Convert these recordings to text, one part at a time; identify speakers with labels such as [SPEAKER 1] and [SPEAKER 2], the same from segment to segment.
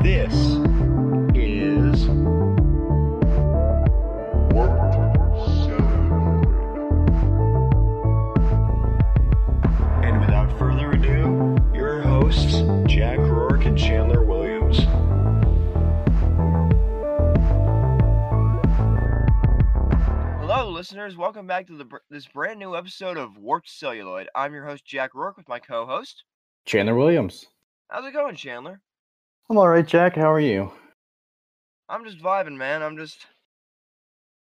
[SPEAKER 1] This is And without further ado, your hosts, Jack Rourke and Chandler Williams.
[SPEAKER 2] Hello, listeners. Welcome back to the, br- this brand new episode of Warped Celluloid. I'm your host, Jack Rourke, with my co host.
[SPEAKER 3] Chandler Williams.
[SPEAKER 2] How's it going, Chandler?
[SPEAKER 3] I'm all right, Jack. How are you?
[SPEAKER 2] I'm just vibing, man. I'm just,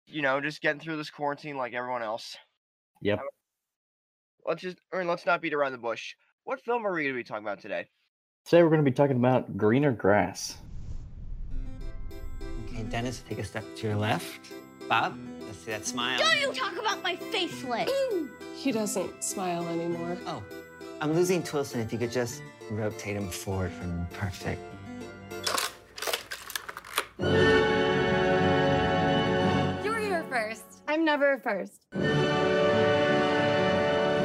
[SPEAKER 2] you know, just getting through this quarantine like everyone else.
[SPEAKER 3] Yep.
[SPEAKER 2] Let's just, I mean, let's not beat around the bush. What film are we going to be talking about today?
[SPEAKER 3] Today we're going to be talking about greener grass.
[SPEAKER 4] Okay, Dennis, take a step to your left. Bob, let's see that smile.
[SPEAKER 5] Don't you talk about my facelet.
[SPEAKER 6] He doesn't smile anymore.
[SPEAKER 4] Oh, I'm losing Twilson. If you could just rotate him forward for me. Perfect.
[SPEAKER 5] You were here first. I'm never first.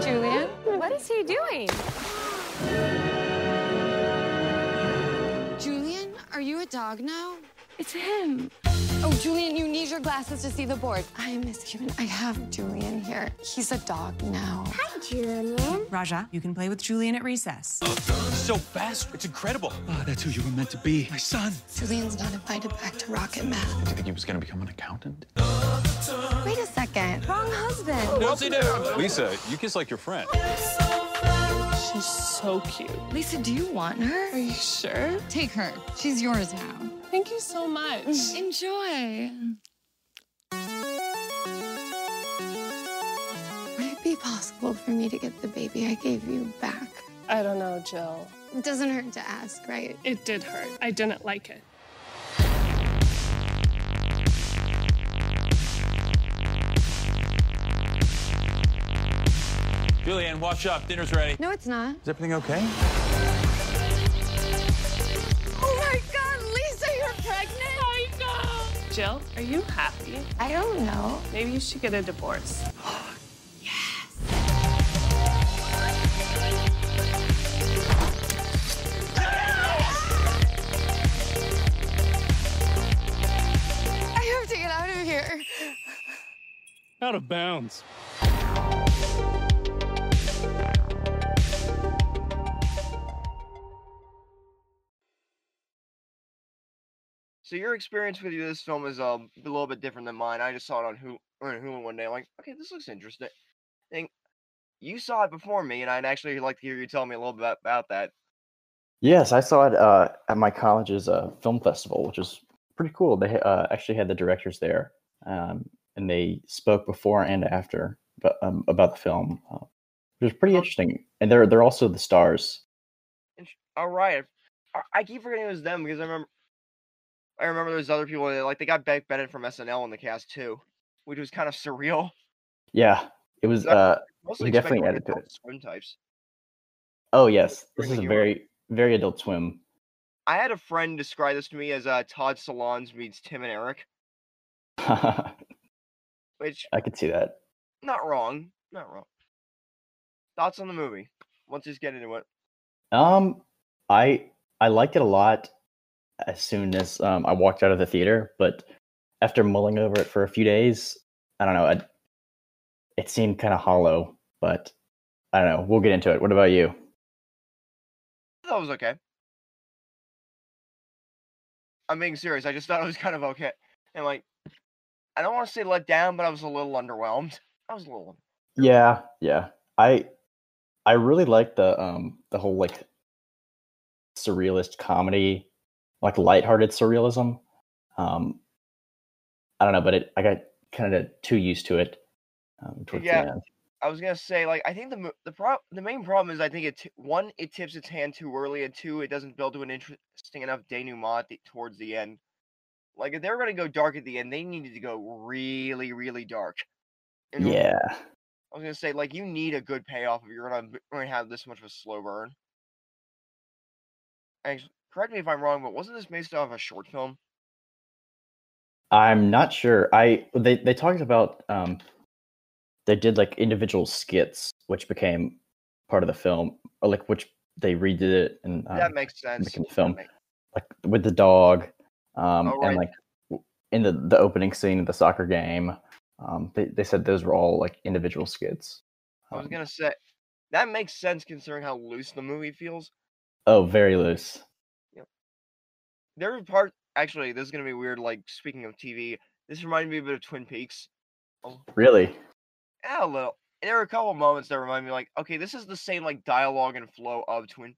[SPEAKER 7] Julian, what is he doing? Julian, are you a dog now?
[SPEAKER 5] It's him.
[SPEAKER 7] Oh, Julian, you need your glasses to see the board. I am this human. I have Julian here. He's a dog now.
[SPEAKER 8] Raja, you can play with Julian at recess.
[SPEAKER 9] so fast. It's incredible. Ah, that's who you were meant to be. My son.
[SPEAKER 7] Julian's not invited back to Rocket Math.
[SPEAKER 9] Did you think he was going to become an accountant?
[SPEAKER 7] Wait a second. Wrong husband.
[SPEAKER 9] No, see there. Lisa, you kiss like your friend.
[SPEAKER 6] She's so cute.
[SPEAKER 7] Lisa, do you want
[SPEAKER 6] Are
[SPEAKER 7] her?
[SPEAKER 6] you sure?
[SPEAKER 7] Take her. She's yours now.
[SPEAKER 6] Thank you so much.
[SPEAKER 7] Enjoy. Would it be possible for me to get the baby I gave you back?
[SPEAKER 6] I don't know, Jill.
[SPEAKER 7] It doesn't hurt to ask, right?
[SPEAKER 6] It did hurt. I didn't like it.
[SPEAKER 9] Julianne, wash up. Dinner's ready.
[SPEAKER 7] No, it's not.
[SPEAKER 9] Is everything okay?
[SPEAKER 7] Oh my god, Lisa, you're pregnant?
[SPEAKER 6] I know. Jill, are you happy?
[SPEAKER 7] I don't know.
[SPEAKER 6] Maybe you should get a divorce.
[SPEAKER 7] I have to get out of here.
[SPEAKER 10] out of bounds.
[SPEAKER 2] So, your experience with this film is uh, a little bit different than mine. I just saw it on Hulu, on Hulu one day. I'm like, okay, this looks interesting. And you saw it before me, and I'd actually like to hear you tell me a little bit about that.
[SPEAKER 3] Yes, I saw it uh, at my college's uh, film festival, which is pretty cool. They uh, actually had the directors there, um, and they spoke before and after but, um, about the film, uh, which is pretty interesting. And they're they're also the stars.
[SPEAKER 2] All right. oh, I, I keep forgetting it was them because I remember. I remember there's other people that like they got Beck Bennett from SNL in the cast too, which was kind of surreal.
[SPEAKER 3] Yeah, it was.
[SPEAKER 2] Exactly.
[SPEAKER 3] Uh,
[SPEAKER 2] Mostly
[SPEAKER 3] We
[SPEAKER 2] expect
[SPEAKER 3] definitely
[SPEAKER 2] more
[SPEAKER 3] added to
[SPEAKER 2] adult
[SPEAKER 3] it.
[SPEAKER 2] Swim types.
[SPEAKER 3] oh yes,
[SPEAKER 2] Bring
[SPEAKER 3] this is
[SPEAKER 2] the
[SPEAKER 3] a
[SPEAKER 2] humor.
[SPEAKER 3] very very Adult Swim.
[SPEAKER 2] I had a friend describe this to me as uh, Todd Salons meets Tim and Eric,
[SPEAKER 3] I
[SPEAKER 2] which
[SPEAKER 3] could see that.
[SPEAKER 2] not wrong, not wrong. Thoughts on the movie? Let's just get into it.
[SPEAKER 3] Um, I I liked it a lot as soon as um, I walked out of the theater, but after mulling over it for a few days, I don't know. I, it seemed kind of hollow, but I don't know. We'll get into it. What about you?
[SPEAKER 2] That was okay. I'm being serious. I just thought it was kind of okay. And like, I don't want to say let down, but I was a little underwhelmed. I was a little.
[SPEAKER 3] Yeah, yeah. I I really like the um the whole like surrealist comedy, like lighthearted surrealism. Um, I don't know, but it I got kind of too used to it. Um, towards the
[SPEAKER 2] Yeah.
[SPEAKER 3] end.
[SPEAKER 2] I was gonna say like I think the mo- the pro- the main problem is I think it t- one it tips its hand too early and two it doesn't build to an interesting enough denouement at the- towards the end. Like if they were gonna go dark at the end, they needed to go really really dark. And
[SPEAKER 3] Yeah.
[SPEAKER 2] I was gonna say like you need a good payoff if you're gonna, b- gonna have this much of a slow burn. Actually, correct me if I'm wrong, but wasn't this based off a short film?
[SPEAKER 3] I'm not sure. I they they talked about um they did like individual skits which became part of the film or like which they redid it and um,
[SPEAKER 2] that makes sense.
[SPEAKER 3] making the
[SPEAKER 2] that
[SPEAKER 3] film.
[SPEAKER 2] make-
[SPEAKER 3] like with the dog, um,
[SPEAKER 2] Oh,
[SPEAKER 3] and
[SPEAKER 2] right.
[SPEAKER 3] like w- in the the opening scene of the soccer game. Um, they they said those were all like individual skits.
[SPEAKER 2] I was
[SPEAKER 3] Um,
[SPEAKER 2] gonna say that makes sense considering how loose the movie feels.
[SPEAKER 3] Oh, very loose.
[SPEAKER 2] There were part actually. This is gonna be weird. Like speaking of TV, this reminded me a bit of Twin Peaks.
[SPEAKER 3] Really?
[SPEAKER 2] Yeah, a little. There were a couple moments that remind me, like, okay, this is the same like dialogue and flow of Twin.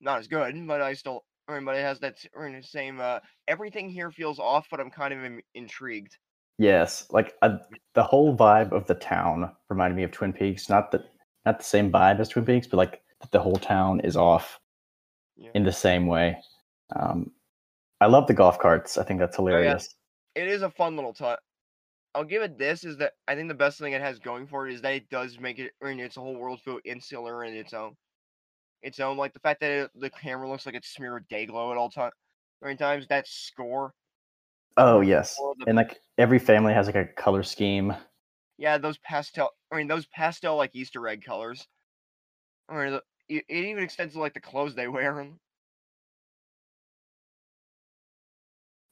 [SPEAKER 2] Not as good, but I still. I mean, but it has that s- or in the same. Uh, everything here feels off, but I'm kind of in, intrigued.
[SPEAKER 3] Yes. Like uh the whole vibe of the town reminded me of Twin Peaks. Not the not the same vibe as Twin Peaks, but like the whole town is off
[SPEAKER 2] Yeah.
[SPEAKER 3] in the same way. Um, I love the golf carts. I think that's
[SPEAKER 2] Oh,
[SPEAKER 3] hilarious.
[SPEAKER 2] It is a fun little touch. I'll give it this is that I think the best thing it has going for it is that it does make it I mean, its whole world feel insular in its own, its own like the fact that it, the camera looks like it's smeared day glow at all time during times that score.
[SPEAKER 3] Oh yes,
[SPEAKER 2] Or the-
[SPEAKER 3] and like every family has like a color scheme.
[SPEAKER 2] Yeah, those pastel. I mean, those pastel like Easter egg colors. Or the, it, it even extends to like the clothes they wear. and-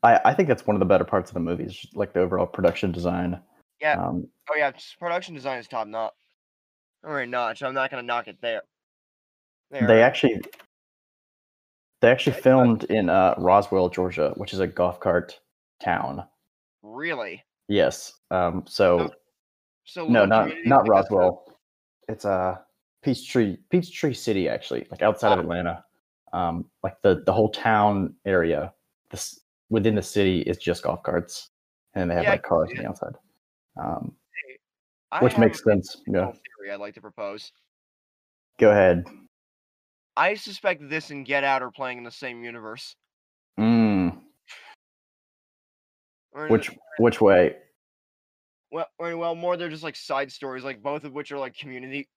[SPEAKER 3] I I think that's one of the better parts of the movie is just, like the overall production design.
[SPEAKER 2] Yeah.
[SPEAKER 3] Um,
[SPEAKER 2] Oh yeah, s- production design is top notch. All right, notch. I'm not gonna knock it there. There.
[SPEAKER 3] they actually they actually
[SPEAKER 2] Yeah, it's not-
[SPEAKER 3] filmed in uh, Roswell, Georgia, which is a golf cart town.
[SPEAKER 2] really.
[SPEAKER 3] Yes. Um.
[SPEAKER 2] Oh,
[SPEAKER 3] So
[SPEAKER 2] So
[SPEAKER 3] no,
[SPEAKER 2] little
[SPEAKER 3] not
[SPEAKER 2] communities
[SPEAKER 3] not
[SPEAKER 2] like us are-
[SPEAKER 3] Roswell. It's uh Peachtree Peachtree City actually, like outside of
[SPEAKER 2] Ah.
[SPEAKER 3] Atlanta. Um, like the the whole town area, this within the city is just golf carts, and they have
[SPEAKER 2] Yeah, I
[SPEAKER 3] like
[SPEAKER 2] can
[SPEAKER 3] cars
[SPEAKER 2] see
[SPEAKER 3] on the outside. Um,
[SPEAKER 2] I
[SPEAKER 3] which
[SPEAKER 2] have
[SPEAKER 3] makes
[SPEAKER 2] a
[SPEAKER 3] sense. Yeah.
[SPEAKER 2] little theory I'd like to propose.
[SPEAKER 3] Go ahead.
[SPEAKER 2] I suspect this and Get Out are playing in the same universe.
[SPEAKER 3] Mm.
[SPEAKER 2] Or in the-
[SPEAKER 3] Which which way?
[SPEAKER 2] well, or, well, more they're just like side stories, like both of which are like community,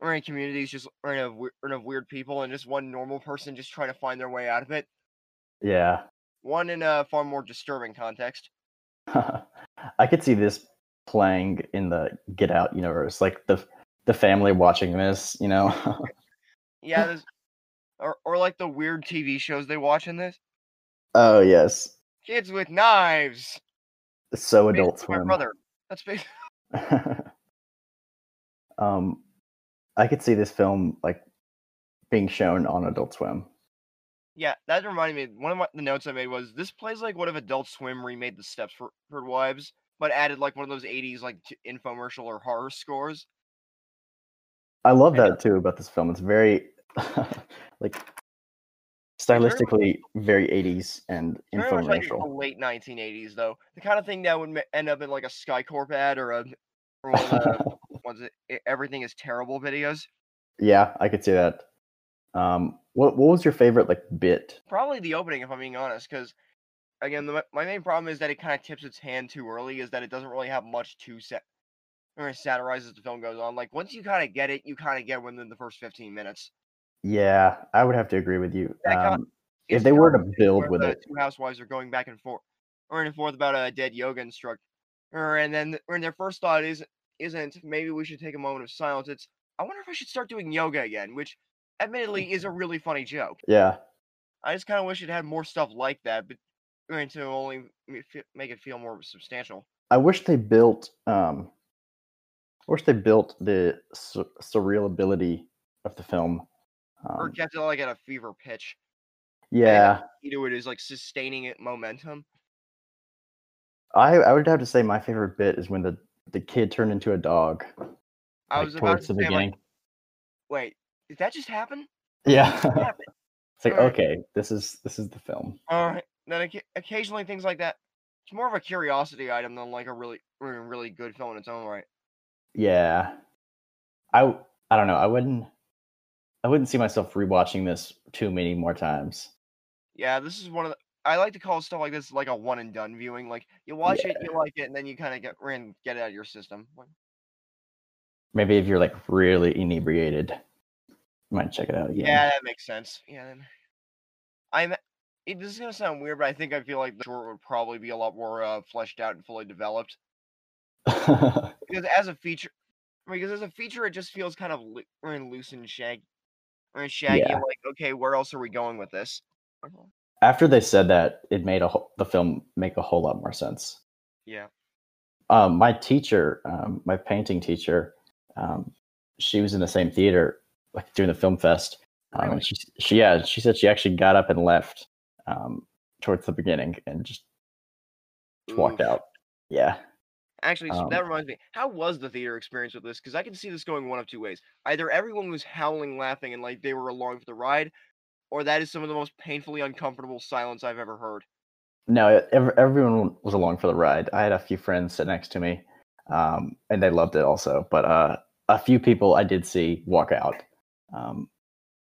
[SPEAKER 2] or in communities just or in of, we- or in of weird people, and just one normal person just trying to find their way out of it.
[SPEAKER 3] Yeah.
[SPEAKER 2] One in a far more disturbing context.
[SPEAKER 3] I could see this playing in the Get Out universe, like the the family watching this. You know,
[SPEAKER 2] Yeah, this, or or like the weird TV shows they watch in this.
[SPEAKER 3] oh yes,
[SPEAKER 2] Kids with knives.
[SPEAKER 3] so
[SPEAKER 2] based
[SPEAKER 3] Adult
[SPEAKER 2] on My
[SPEAKER 3] Swim.
[SPEAKER 2] brother. That's big.
[SPEAKER 3] um, I could see this film like being shown on Adult Swim.
[SPEAKER 2] Yeah, that reminded me. One of my, the notes I made was this plays like what if Adult Swim remade the Stepford Wives, but added like one of those '80s like j- infomercial or horror scores.
[SPEAKER 3] I love
[SPEAKER 2] Yeah.
[SPEAKER 3] that too about this film. It's very like stylistically very 80s and
[SPEAKER 2] Very much like the
[SPEAKER 3] infomercial.
[SPEAKER 2] late 1980s, though. The kind of thing that would ma- end up in like a SkyCorp ad or a or one of the ones that e- everything is terrible videos.
[SPEAKER 3] Yeah, I could see that. Um, what what was your favorite like bit?
[SPEAKER 2] Probably the opening, if I'm being honest, because again, the, my main problem is that it kind of tips its hand too early. Is that it doesn't really have much to set or satirize as the film goes on. Like once you kind of get it, you kind of get within the first 15 minutes.
[SPEAKER 3] Yeah, I would have to agree with you.
[SPEAKER 2] That kind-
[SPEAKER 3] Um, if
[SPEAKER 2] It's
[SPEAKER 3] they were to
[SPEAKER 2] terrible scene
[SPEAKER 3] build
[SPEAKER 2] where
[SPEAKER 3] with
[SPEAKER 2] the
[SPEAKER 3] it.
[SPEAKER 2] two housewives are going back and forth, or and forth about a dead yoga instructor, er, and then th- and their first thought is isn't maybe we should take a moment of silence. It's I wonder if I should start doing yoga again, which admittedly is a really funny joke.
[SPEAKER 3] yeah,
[SPEAKER 2] I just kind of wish it had more stuff like that, but I mean, to only m- fe- make it feel more substantial.
[SPEAKER 3] I wish they built. Um, I wish they built the sur- surrealability of the film.
[SPEAKER 2] or
[SPEAKER 3] Um,
[SPEAKER 2] kept it like at a fever pitch.
[SPEAKER 3] yeah,
[SPEAKER 2] You know, it is like sustaining it momentum.
[SPEAKER 3] I I would have to say my favorite bit is when the the kid turned into a dog.
[SPEAKER 2] I
[SPEAKER 3] like,
[SPEAKER 2] was about to
[SPEAKER 3] towards
[SPEAKER 2] say,
[SPEAKER 3] the
[SPEAKER 2] like,
[SPEAKER 3] beginning.
[SPEAKER 2] wait, did that just happen?
[SPEAKER 3] yeah,
[SPEAKER 2] happened?
[SPEAKER 3] it's like
[SPEAKER 2] Alright.
[SPEAKER 3] okay, this is this is the film.
[SPEAKER 2] All right. Uh, Then occa- occasionally things like that. It's more of a curiosity item than like a really, or a really good film in its own right.
[SPEAKER 3] Yeah, I w- I don't know. I wouldn't I wouldn't see myself rewatching this too many more times.
[SPEAKER 2] Yeah, this is one of the. I like to call stuff like this like a one and done viewing. Like you watch it, you like it, and then you kind of get and get it out of your system. Like,
[SPEAKER 3] Maybe if you're like really inebriated, you might check it out again.
[SPEAKER 2] yeah. that makes sense. Yeah. Then. I'm. It, this is gonna sound weird, but I think I feel like the short would probably be a lot more uh, fleshed out and fully developed. because as a feature, because as a feature, it just feels kind of loo- I mean, loose and shaggy, or shaggy.
[SPEAKER 3] Yeah. Uh-huh.
[SPEAKER 2] Like, okay, where else are we going with this?
[SPEAKER 3] After they said that, it made a whole, the film make a whole lot more sense.
[SPEAKER 2] Yeah.
[SPEAKER 3] Um, my teacher, um, my painting teacher, um, she was in the same theater like during the film fest. Um, and she, she, yeah, she said she actually got up and left um, towards the beginning and just, just walked
[SPEAKER 2] Oof.
[SPEAKER 3] out. Yeah.
[SPEAKER 2] Actually, so
[SPEAKER 3] Um,
[SPEAKER 2] that reminds me. How was the theater experience with this? Because I can see this going one of two ways. Either everyone was howling, laughing, and like they were along for the ride, or that is some of the most painfully uncomfortable silence I've ever heard.
[SPEAKER 3] No, e-, ev- everyone was along for the ride. I had a few friends sit next to me, um, and they loved it also. But uh, a few people I did see walk out. Um,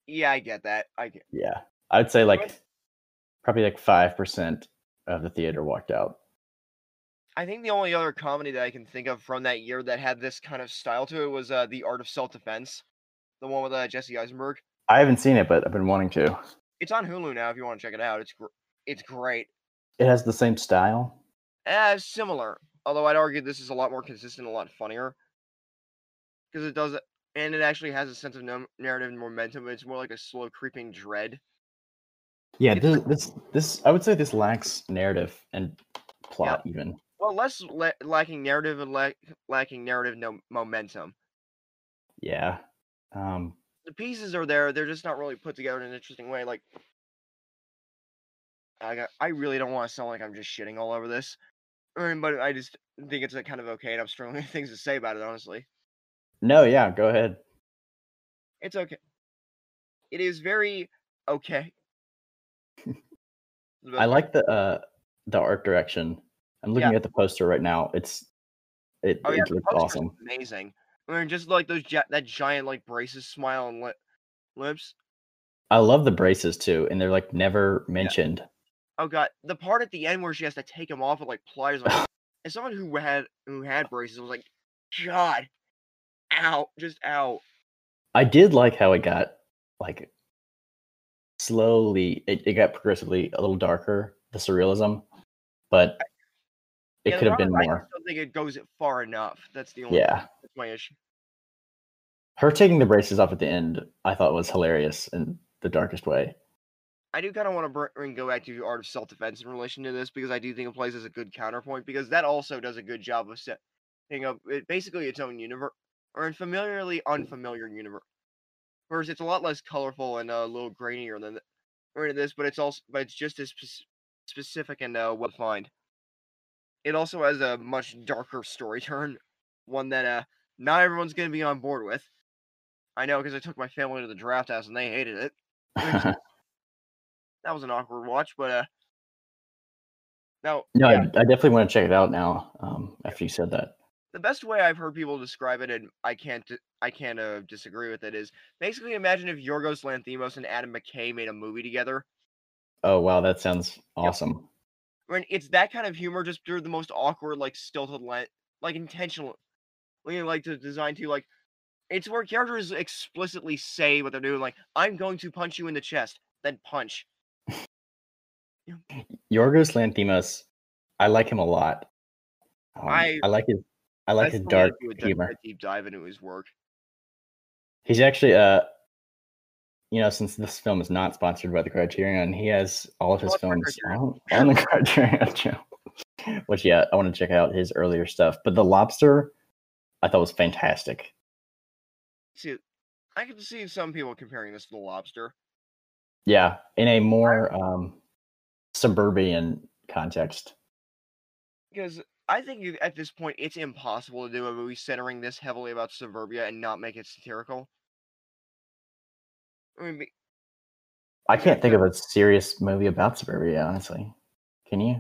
[SPEAKER 2] Yeah, I get that. I get.
[SPEAKER 3] yeah, I'd say like probably like five percent of the theater walked out.
[SPEAKER 2] I think the only other comedy that I can think of from that year that had this kind of style to it was uh, The Art of Self Defense, the one with uh, Jesse Eisenberg.
[SPEAKER 3] I haven't seen it, but I've been wanting to.
[SPEAKER 2] It's on Hulu now if you want to check it out. It's gr- it's great.
[SPEAKER 3] It has the same style.
[SPEAKER 2] Uh, similar, although I'd argue this is a lot more consistent, a lot funnier, because it does, it- and it actually has a sense of num- narrative and momentum. It's more like a slow creeping dread.
[SPEAKER 3] Yeah, this, this this I would say this lacks narrative and plot even.
[SPEAKER 2] Well, less la- lacking narrative and lack lacking narrative no momentum.
[SPEAKER 3] Yeah. Um,
[SPEAKER 2] the pieces are there. They're just not really put together in an interesting way. Like, I got, I really don't want to sound like I'm just shitting all over this, I mean, but I just think it's like, kind of okay, and I'm struggling with things to say about it. Honestly,
[SPEAKER 3] no, yeah, go ahead.
[SPEAKER 2] it's okay. It is very okay. The
[SPEAKER 3] I
[SPEAKER 2] best-
[SPEAKER 3] like the uh the art direction. I'm looking
[SPEAKER 2] Yeah.
[SPEAKER 3] at the poster right now. It's it,
[SPEAKER 2] Oh yeah,
[SPEAKER 3] it
[SPEAKER 2] the
[SPEAKER 3] looks
[SPEAKER 2] poster's
[SPEAKER 3] awesome.
[SPEAKER 2] amazing. I mean, just like those gi- that giant like braces, smile and lip, lips.
[SPEAKER 3] I love the braces too, and they're like never mentioned.
[SPEAKER 2] Oh god, the part at the end where she has to take him off with like pliers. Like, as someone who had who had braces, I was like, God, ow, just ow.
[SPEAKER 3] I did like how it got like slowly it, it got progressively a little darker, the surrealism. But it
[SPEAKER 2] Yeah, the
[SPEAKER 3] could have been
[SPEAKER 2] problem is I
[SPEAKER 3] more.
[SPEAKER 2] just don't think it goes far enough. That's the only.
[SPEAKER 3] Yeah.
[SPEAKER 2] that's my issue.
[SPEAKER 3] Her taking the braces off at the end I thought was hilarious in the darkest way.
[SPEAKER 2] I do kind of want to bring go back to art of self defense in relation to this because I do think it plays as a good counterpoint because that also does a good job of setting up it, basically its own universe or in familiarly unfamiliar universe. Whereas it's a lot less colorful and uh, a little grainier than th- or this, but it's also but it's just as spec- specific and uh, well defined. It also has a much darker story turn, one that uh, not everyone's going to be on board with. I know because I took my family to the draft house and they hated it that was an awkward watch, but uh now
[SPEAKER 3] No,
[SPEAKER 2] yeah,
[SPEAKER 3] I, I definitely want to check it out now. Um, after you said that,
[SPEAKER 2] the best way I've heard people describe it, and I can't di- I can't uh, disagree with it, is basically imagine if Yorgos Lanthimos and Adam McKay made a movie together.
[SPEAKER 3] oh wow, that sounds awesome.
[SPEAKER 2] I mean, it's that kind of humor, just through the most awkward, like stilted, le- like intentional, you know, like to design to like. It's where characters explicitly say what they're doing, like "I'm going to punch you in the chest," then punch.
[SPEAKER 3] Yorgos Lanthimos, I like him a lot. Um,
[SPEAKER 2] I-
[SPEAKER 3] I, like his I like his
[SPEAKER 2] That's the way to
[SPEAKER 3] dark
[SPEAKER 2] do a d- a
[SPEAKER 3] humor.
[SPEAKER 2] deep dive into his work.
[SPEAKER 3] He's actually uh, you know, since this film is not sponsored by the Criterion, he has all of his
[SPEAKER 2] Oh, it's on
[SPEAKER 3] films on, on the Criterion channel. Which yeah, I want to check out his earlier stuff. But The Lobster, I thought was fantastic.
[SPEAKER 2] See, I can see some people comparing this to the lobster.
[SPEAKER 3] Yeah, in a more um, suburban context.
[SPEAKER 2] Because I think you, at this point it's impossible to do a movie centering this heavily about suburbia and not make it satirical. I mean, be-
[SPEAKER 3] I can't think of a serious movie about suburbia, honestly. Can you?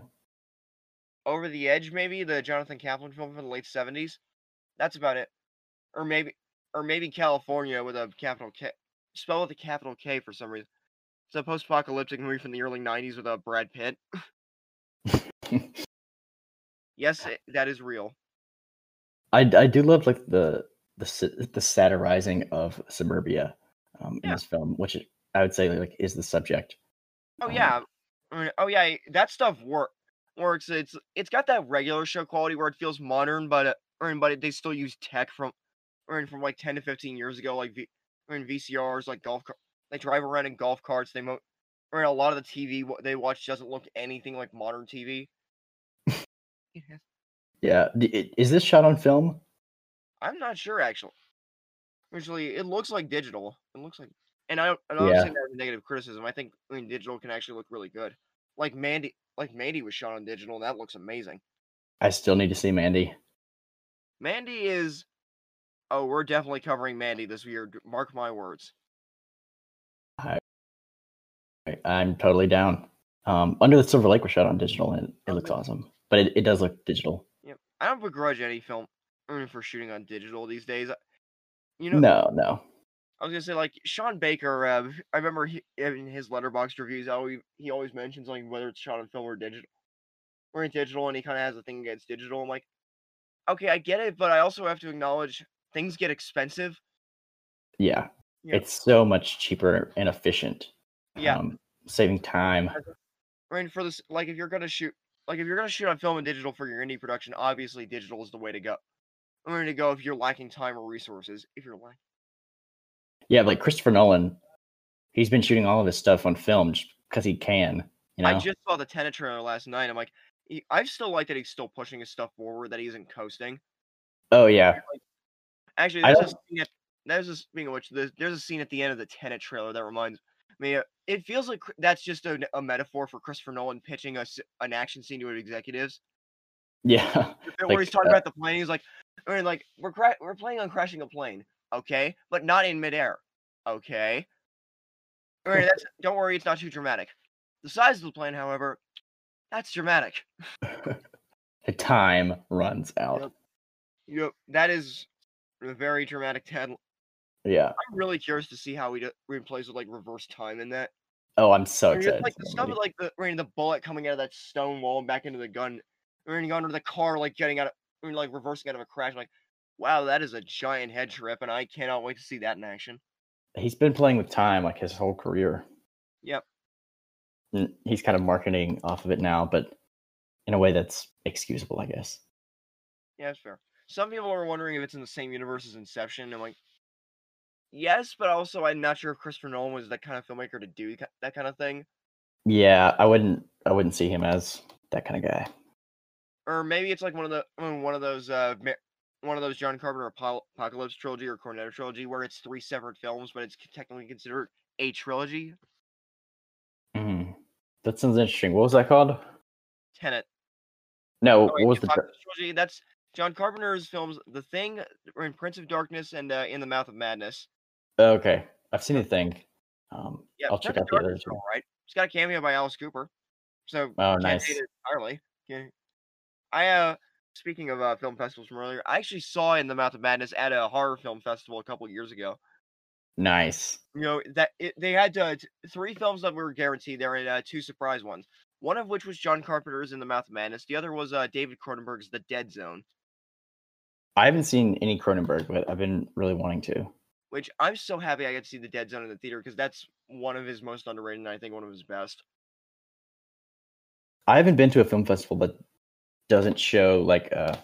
[SPEAKER 2] Over the Edge, maybe the Jonathan Kaplan film from the late seventies. That's about it. Or maybe, or maybe California with a capital K, spelled with a capital K for some reason. It's a post-apocalyptic movie from the early nineties with a Brad Pitt. yes, it, that is real.
[SPEAKER 3] I, I do love like the the sa- the satirizing of suburbia um, in
[SPEAKER 2] Yeah.
[SPEAKER 3] this film, which is- I would say like is the subject.
[SPEAKER 2] Oh
[SPEAKER 3] Um,
[SPEAKER 2] yeah, I mean, oh yeah, that stuff work works. It's it's got that regular show quality where it feels modern, but uh, I mean, but it, they still use tech from, I mean, from like ten to fifteen years ago, like v, I mean, VCRs, like golf. Car, they drive around in golf carts. They mo, Granted, a lot of the TV wa- they watch doesn't look anything like modern TV. It has-
[SPEAKER 3] Yeah. D- i- Is this shot on film?
[SPEAKER 2] I'm not sure actually. Actually, it looks like digital. It looks like, and I don't. And I'm not
[SPEAKER 3] Yeah.
[SPEAKER 2] saying that as a negative criticism. I think I mean digital can actually look really good. Like Mandy, like Mandy was shot on digital, and that looks amazing.
[SPEAKER 3] I still need to see Mandy.
[SPEAKER 2] Mandy is. Oh, we're definitely covering Mandy this year. d- Mark my words.
[SPEAKER 3] I, I- I'm totally down. Um, Under the Silver Lake was shot on digital and it looks awesome, but it, it does look digital.
[SPEAKER 2] Yep. I don't begrudge any film I mean, for shooting on digital these days. I- You know,
[SPEAKER 3] No, no.
[SPEAKER 2] I was gonna say like Sean Baker. Uh, I remember he, in his letterbox reviews, how he, he always mentions like whether it's shot on film or digital, or in digital, and he kind of has a thing against digital. I'm like, okay, I get it, but I also have to acknowledge things get expensive.
[SPEAKER 3] Yeah.
[SPEAKER 2] Yeah.
[SPEAKER 3] It's so much cheaper and efficient.
[SPEAKER 2] Yeah.
[SPEAKER 3] Um, saving time.
[SPEAKER 2] I mean, for this, like if you're gonna shoot, like if you're gonna shoot on film and digital for your indie production, obviously digital is the way to go. I'm going to go if you're lacking time or resources. If you're lacking,
[SPEAKER 3] Yeah, like Christopher Nolan, he's been shooting all of his stuff on film just because he can. You know?
[SPEAKER 2] I just saw the Tenet trailer last night. I'm like, he- I still like that he's still pushing his stuff forward, that he isn't coasting.
[SPEAKER 3] oh yeah,
[SPEAKER 2] Actually,
[SPEAKER 3] I
[SPEAKER 2] there's a
[SPEAKER 3] don't-
[SPEAKER 2] scene at, there's a speaking of which, there's, there's a scene at the end of the Tenet trailer that reminds me. uh, It feels like cr- that's just a, a metaphor for Christopher Nolan pitching us an action scene to his executives.
[SPEAKER 3] yeah.
[SPEAKER 2] The bit
[SPEAKER 3] Like,
[SPEAKER 2] where he's talking
[SPEAKER 3] uh,
[SPEAKER 2] about the plane, he's like, I mean, like we're cra- we're playing on crashing a plane, okay, but not in midair, okay. I mean, that's, don't worry, it's not too dramatic. The size of the plane, however, that's dramatic.
[SPEAKER 3] The time runs out.
[SPEAKER 2] Yep. Yep, that is a very dramatic tad.
[SPEAKER 3] Yeah.
[SPEAKER 2] I'm really curious to see how he, do- he plays with like reverse time in that.
[SPEAKER 3] Oh, I'm so
[SPEAKER 2] Or just
[SPEAKER 3] excited.
[SPEAKER 2] like
[SPEAKER 3] for
[SPEAKER 2] the
[SPEAKER 3] that
[SPEAKER 2] stuff
[SPEAKER 3] movie.
[SPEAKER 2] with, like the I mean, the bullet coming out of that stone wall and back into the gun, or into under the car, like getting out of I mean, like reversing out of a crash. Like, wow, that is a giant head trip, and I cannot wait to see that in action.
[SPEAKER 3] he's been playing with time like his whole career.
[SPEAKER 2] Yep.
[SPEAKER 3] And he's kind of marketing off of it now, but in a way that's excusable, I guess.
[SPEAKER 2] Yeah, that's fair. Some people are wondering if it's in the same universe as Inception. I'm like, yes, but also I'm not sure if Christopher Nolan was that kind of filmmaker to do ki- that kind of thing.
[SPEAKER 3] Yeah, I wouldn't I wouldn't see him as that kind of guy.
[SPEAKER 2] or maybe it's like one of the I mean, one of those uh ma- one of those John Carpenter Apo- Apocalypse trilogy or Cornetto trilogy where it's three separate films, but it's c- technically considered a trilogy.
[SPEAKER 3] Mm. That sounds interesting. What was that called?
[SPEAKER 2] Tenet.
[SPEAKER 3] No,
[SPEAKER 2] Oh, wait,
[SPEAKER 3] what was the tr-
[SPEAKER 2] Apocalypse trilogy? That's John Carpenter's films, The Thing, or in Prince of Darkness, and uh, In the Mouth of Madness.
[SPEAKER 3] Okay. I've seen the thing. Um
[SPEAKER 2] Yeah,
[SPEAKER 3] I'll check
[SPEAKER 2] Prince
[SPEAKER 3] out
[SPEAKER 2] of
[SPEAKER 3] the other
[SPEAKER 2] Darkness is
[SPEAKER 3] two.
[SPEAKER 2] all right. It's got a cameo by Alice Cooper, so
[SPEAKER 3] Oh
[SPEAKER 2] can't
[SPEAKER 3] nice.
[SPEAKER 2] hate it entirely. Can't- I uh, speaking of uh, film festivals from earlier, I actually saw In the Mouth of Madness at a horror film festival a couple years ago.
[SPEAKER 3] Nice.
[SPEAKER 2] you know that it, they had uh, t- three films that were guaranteed there and uh, two surprise ones one of which was john carpenter's in the mouth of madness the other was uh, david cronenberg's the dead zone
[SPEAKER 3] I haven't seen any Cronenberg, but I've been really wanting to.
[SPEAKER 2] which i'm so happy i got to see the dead zone in the theater because that's one of his most underrated and i think one of his best
[SPEAKER 3] I haven't been to a film festival that doesn't show like uh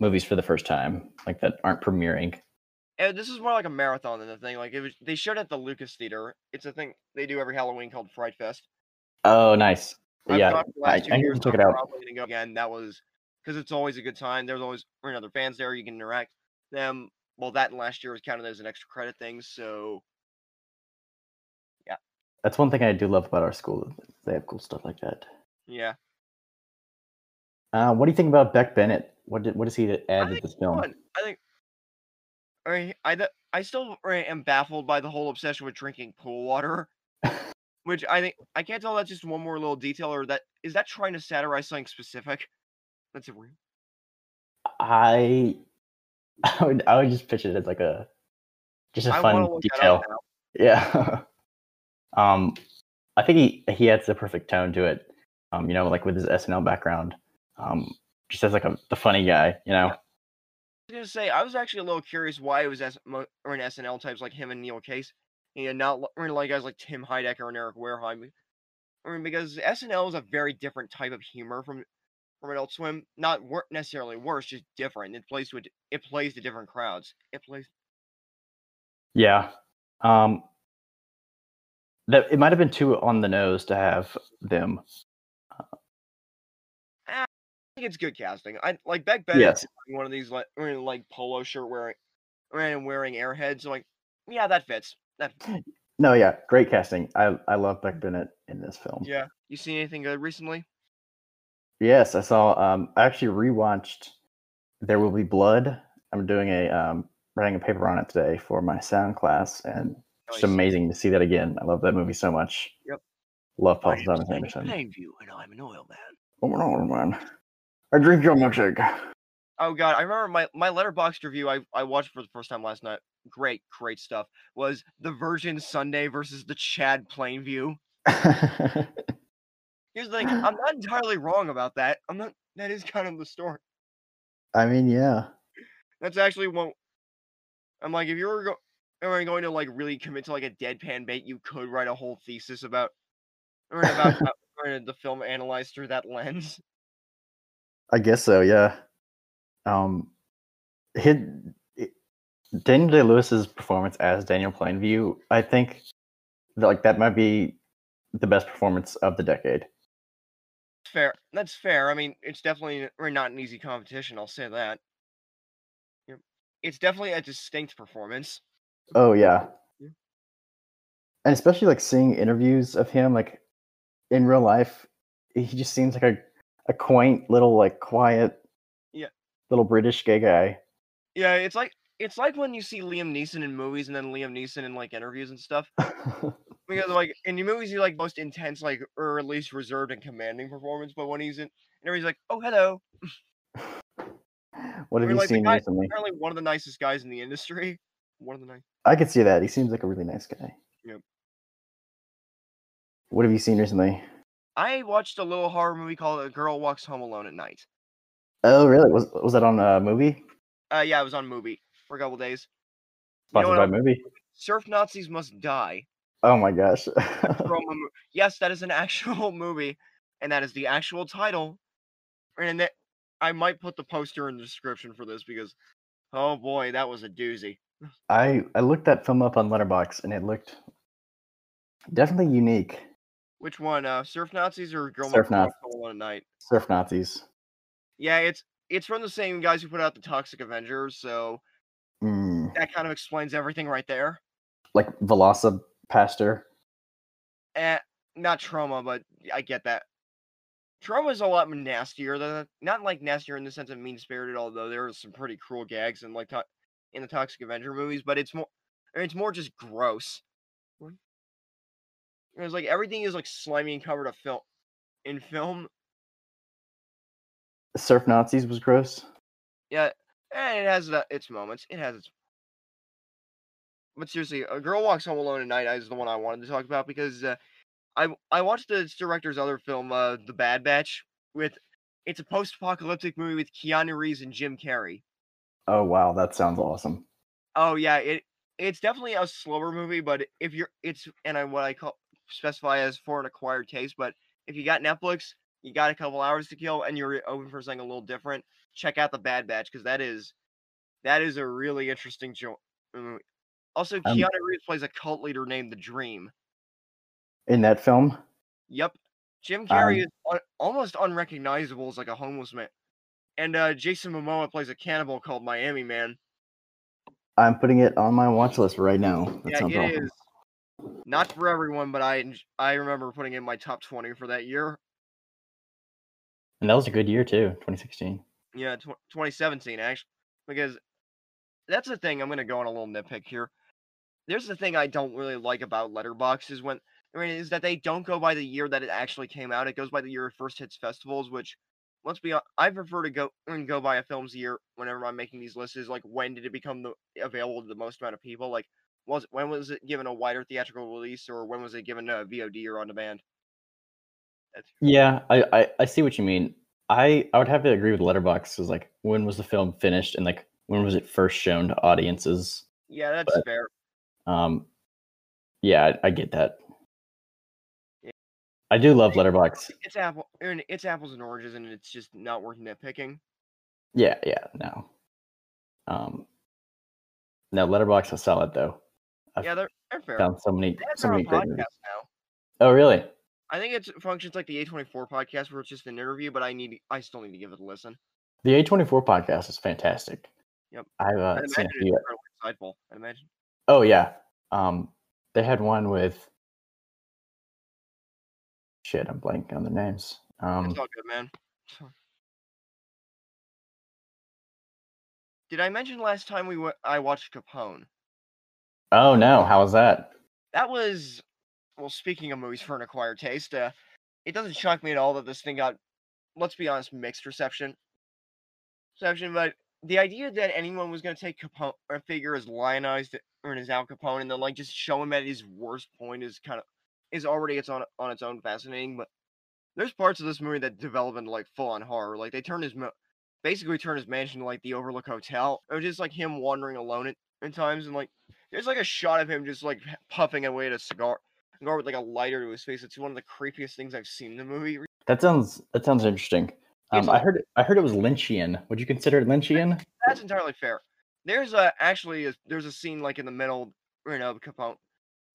[SPEAKER 3] movies for the first time, like that aren't premiering.
[SPEAKER 2] and this is more like a marathon than a thing like it was, they showed it at the lucas theater it's a thing they do every halloween called fright fest
[SPEAKER 3] Oh, nice.
[SPEAKER 2] I've
[SPEAKER 3] yeah,
[SPEAKER 2] gone for the
[SPEAKER 3] I,
[SPEAKER 2] last two
[SPEAKER 3] I need
[SPEAKER 2] years,
[SPEAKER 3] to check
[SPEAKER 2] I'm
[SPEAKER 3] it out.
[SPEAKER 2] Probably gonna go again. That was because it's always a good time. There's always you know, other fans there. You can interact with them. Well, that and last year was counted as an extra credit thing. So
[SPEAKER 3] That's one thing I do love about our school. is They have cool stuff like that.
[SPEAKER 2] yeah,
[SPEAKER 3] Uh, what do you think about Beck Bennett? What did, what does he
[SPEAKER 2] I
[SPEAKER 3] add to
[SPEAKER 2] think
[SPEAKER 3] this
[SPEAKER 2] it's
[SPEAKER 3] film?
[SPEAKER 2] fun. I think. I mean, I th- I still uh, am baffled by the whole obsession with drinking pool water, which I think I can't tell. That's just one more little detail, or that is that trying to satirize something specific? That's a weird.
[SPEAKER 3] I I would I would just pitch it as like a just a
[SPEAKER 2] I want
[SPEAKER 3] fun
[SPEAKER 2] to look that
[SPEAKER 3] detail.
[SPEAKER 2] up now.
[SPEAKER 3] Yeah. um, I think he he adds the perfect tone to it. Um, you know, like with his SNL background, um, just as like a the funny guy. You know,
[SPEAKER 2] was gonna say I was actually a little curious why it was S- mo- or an SNL types like him and Neil Case, and not li- or like guys like Tim Heidecker and Eric Wareheim. I mean, because SNL is a very different type of humor from from Adult Swim. Not wor- necessarily worse, just different. It plays to a, di- it plays to different crowds. It plays.
[SPEAKER 3] yeah. Um, that it might have been too on the nose to have them.
[SPEAKER 2] think it's good casting. I like Beck Bennett
[SPEAKER 3] Yes.
[SPEAKER 2] wearing one of these like wearing like polo shirt wearing and wearing airheads. I'm like, yeah, that fits. That fits."
[SPEAKER 3] No, yeah, great casting. I I love Beck Bennett in this film.
[SPEAKER 2] Mm. yeah. You seen anything good recently?
[SPEAKER 3] Yes, I saw. Um, I actually rewatched "There Will Be Blood." I'm doing a um, writing a paper on it today for my sound class, and it's just
[SPEAKER 2] Nice.
[SPEAKER 3] amazing to see that again. I love that movie so much.
[SPEAKER 2] Yep.
[SPEAKER 3] Love
[SPEAKER 2] I
[SPEAKER 3] Paul
[SPEAKER 2] am
[SPEAKER 3] Thomas
[SPEAKER 2] Stanley
[SPEAKER 3] Anderson.
[SPEAKER 2] Plainview, and I'm an oil man.
[SPEAKER 3] Oh, no, man. I drink your milkshake.
[SPEAKER 2] Oh god, I remember my my letterboxd review I I watched for the first time last night. Great, great stuff. Was the Virgin Sunday versus the Chad Plainview? Here's the thing, I'm not entirely wrong about that. I'm not. That is kind of the story.
[SPEAKER 3] I mean, yeah.
[SPEAKER 2] That's actually one. I'm like, if you were go- if you were going to like really commit to like a deadpan bait, you could write a whole thesis about or about how or the film analyzed through that lens.
[SPEAKER 3] I guess so. Yeah. Um, hid, it, Daniel Day Lewis's performance as Daniel Plainview, I think, that, like that might be the best performance of the decade.
[SPEAKER 2] Fair. That's fair. I mean, it's definitely or not an easy competition. I'll say that. Yep. It's definitely a distinct performance.
[SPEAKER 3] Oh yeah,
[SPEAKER 2] Yeah.
[SPEAKER 3] and especially like seeing interviews of him, like in real life, he just seems like a a quaint little like quiet,
[SPEAKER 2] Yeah.
[SPEAKER 3] little British gay guy.
[SPEAKER 2] Yeah, it's like it's like when you see Liam Neeson in movies and then Liam Neeson in like interviews and stuff. Because
[SPEAKER 3] Mm-hmm.
[SPEAKER 2] like in the movies, he like most intense, like or at least reserved and commanding performance. But when he's in, and he's like, "Oh, hello,"
[SPEAKER 3] what
[SPEAKER 2] Or,
[SPEAKER 3] have you
[SPEAKER 2] like, the
[SPEAKER 3] seen
[SPEAKER 2] guy-
[SPEAKER 3] recently?
[SPEAKER 2] apparently one of the nicest guys in the industry. One of the nice.
[SPEAKER 3] I could see that. He seems like a really nice guy.
[SPEAKER 2] Yep.
[SPEAKER 3] What have you seen recently?
[SPEAKER 2] I watched a little horror movie called "A Girl Walks Home Alone at Night."
[SPEAKER 3] Oh, really? Was was that on a movie?
[SPEAKER 2] Uh, yeah, it was on movie for a couple days. You know
[SPEAKER 3] Sponsored
[SPEAKER 2] what
[SPEAKER 3] by
[SPEAKER 2] else-
[SPEAKER 3] movie?
[SPEAKER 2] Surf Nazis must die.
[SPEAKER 3] Oh my gosh.
[SPEAKER 2] From a mo- yes, that is an actual movie, and that is the actual title. And that I might put the poster in the description for this because, oh boy, that was a doozy.
[SPEAKER 3] I I looked that film up on Letterbox and it looked definitely unique.
[SPEAKER 2] Which one? Uh, Surf Nazis or Girl
[SPEAKER 3] Surf
[SPEAKER 2] Walks Home
[SPEAKER 3] Nazis.
[SPEAKER 2] Alone at Night?
[SPEAKER 3] Surf Nazis.
[SPEAKER 2] Yeah, it's it's from the same guys who put out the Toxic Avengers, so
[SPEAKER 3] Mm,
[SPEAKER 2] that kind of explains everything right there.
[SPEAKER 3] like Velocipaster.
[SPEAKER 2] Eh, not trauma, but I get that. Trauma is a lot nastier than that- not like nastier in the sense of mean spirited, although there are some pretty cruel gags in like to- in the Toxic Avenger movies, but it's more I mean, it's more just gross. It's like everything is like slimy and covered of film in film,
[SPEAKER 3] Surf Nazis was gross.
[SPEAKER 2] and it has the, its moments. It has its. But seriously, a girl walks home alone at night is the one I wanted to talk about because uh, I w- I watched this director's other film, uh, The Bad Batch, with it's a post-apocalyptic movie with Keanu Reeves and Jim Carrey.
[SPEAKER 3] Oh wow, that sounds awesome.
[SPEAKER 2] Oh yeah, it it's definitely a slower movie, but if you're it's and I what I call specify as for an acquired taste, but if you got Netflix, you got a couple hours to kill, and you're open for something a little different, check out the Bad Batch because that is that is a really interesting joint. Also,
[SPEAKER 3] Um,
[SPEAKER 2] Keanu Reeves plays a cult leader named the Dream.
[SPEAKER 3] In that film,
[SPEAKER 2] Yep, Jim Carrey
[SPEAKER 3] Um,
[SPEAKER 2] is un- almost unrecognizable as like a homeless man, and uh, Jason Momoa plays a cannibal called Miami Man.
[SPEAKER 3] I'm putting it on my watch list right now. That
[SPEAKER 2] Yeah,
[SPEAKER 3] sounds
[SPEAKER 2] it
[SPEAKER 3] awesome.
[SPEAKER 2] is. Not for everyone, but I en- I remember putting in my top twenty for that year.
[SPEAKER 3] And that was a good year too, 2016.
[SPEAKER 2] Yeah, tw- 2017 actually, because that's the thing. I'm gonna go on a little nitpick here. There's the thing I don't really like about Letterbox is when I mean is that they don't go by the year that it actually came out. It goes by the year it first hits festivals, which let's be honest, I prefer to go and go by a film's year whenever I'm making these lists. Is like when did it become the available to the most amount of people? Like was when was it given a wider theatrical release, or when was it given a VOD or on demand?
[SPEAKER 3] Yeah, I, I I see what you mean. I I would have to agree with Letterbox is like when was the film finished and like when was it first shown to audiences.
[SPEAKER 2] Yeah, that's
[SPEAKER 3] But-
[SPEAKER 2] fair.
[SPEAKER 3] Um, yeah, I, I get that.
[SPEAKER 2] Yeah.
[SPEAKER 3] I do love Letterbox.
[SPEAKER 2] It's apple, I mean, it's apples and oranges, and it's just not worth nitpicking.
[SPEAKER 3] Yeah, yeah, no. Um, no Letterbox is solid though. I've
[SPEAKER 2] yeah, they're, they're fair.
[SPEAKER 3] found so many,
[SPEAKER 2] They have
[SPEAKER 3] so
[SPEAKER 2] their own
[SPEAKER 3] many
[SPEAKER 2] podcast
[SPEAKER 3] great movies.
[SPEAKER 2] now.
[SPEAKER 3] Oh, really?
[SPEAKER 2] I think it functions like the A24 podcast where it's just an interview, but I need I still need to give it a listen.
[SPEAKER 3] The A24 podcast is fantastic.
[SPEAKER 2] Yep.
[SPEAKER 3] I've
[SPEAKER 2] I
[SPEAKER 3] uh, seen a
[SPEAKER 2] imagine it's
[SPEAKER 3] few.
[SPEAKER 2] incredibly insightful. I imagine.
[SPEAKER 3] Oh, yeah. Um, they had one with. Shit, I'm blanking on the names. Um,
[SPEAKER 2] It's all good, man. It's all- Did I mention last time we wa- I watched Capone?
[SPEAKER 3] oh, no. How was that?
[SPEAKER 2] That was well. Speaking of movies for an acquired taste, uh, it doesn't shock me at all that this thing got, let's be honest, mixed reception. Reception, but the idea that anyone was going to take Capone a figure as lionized or as Al Capone and then like just show him at his worst point is kind of is already its on on its own fascinating. But there's parts of this movie that develop into like full on horror. Like they turn his mo- basically turn his mansion to like the Overlook Hotel, or just like him wandering alone at, at times and like. There's like a shot of him just like h- puffing away at a cigar, cigar with like a lighter to his face. It's one of the creepiest things I've seen in the movie. re-
[SPEAKER 3] That sounds that sounds interesting.
[SPEAKER 2] It's
[SPEAKER 3] Um, I
[SPEAKER 2] like-
[SPEAKER 3] heard I heard it was Lynchian. Would you consider it Lynchian?
[SPEAKER 2] That's entirely fair. There's a actually a, there's a scene like in the middle, you know, of Capone,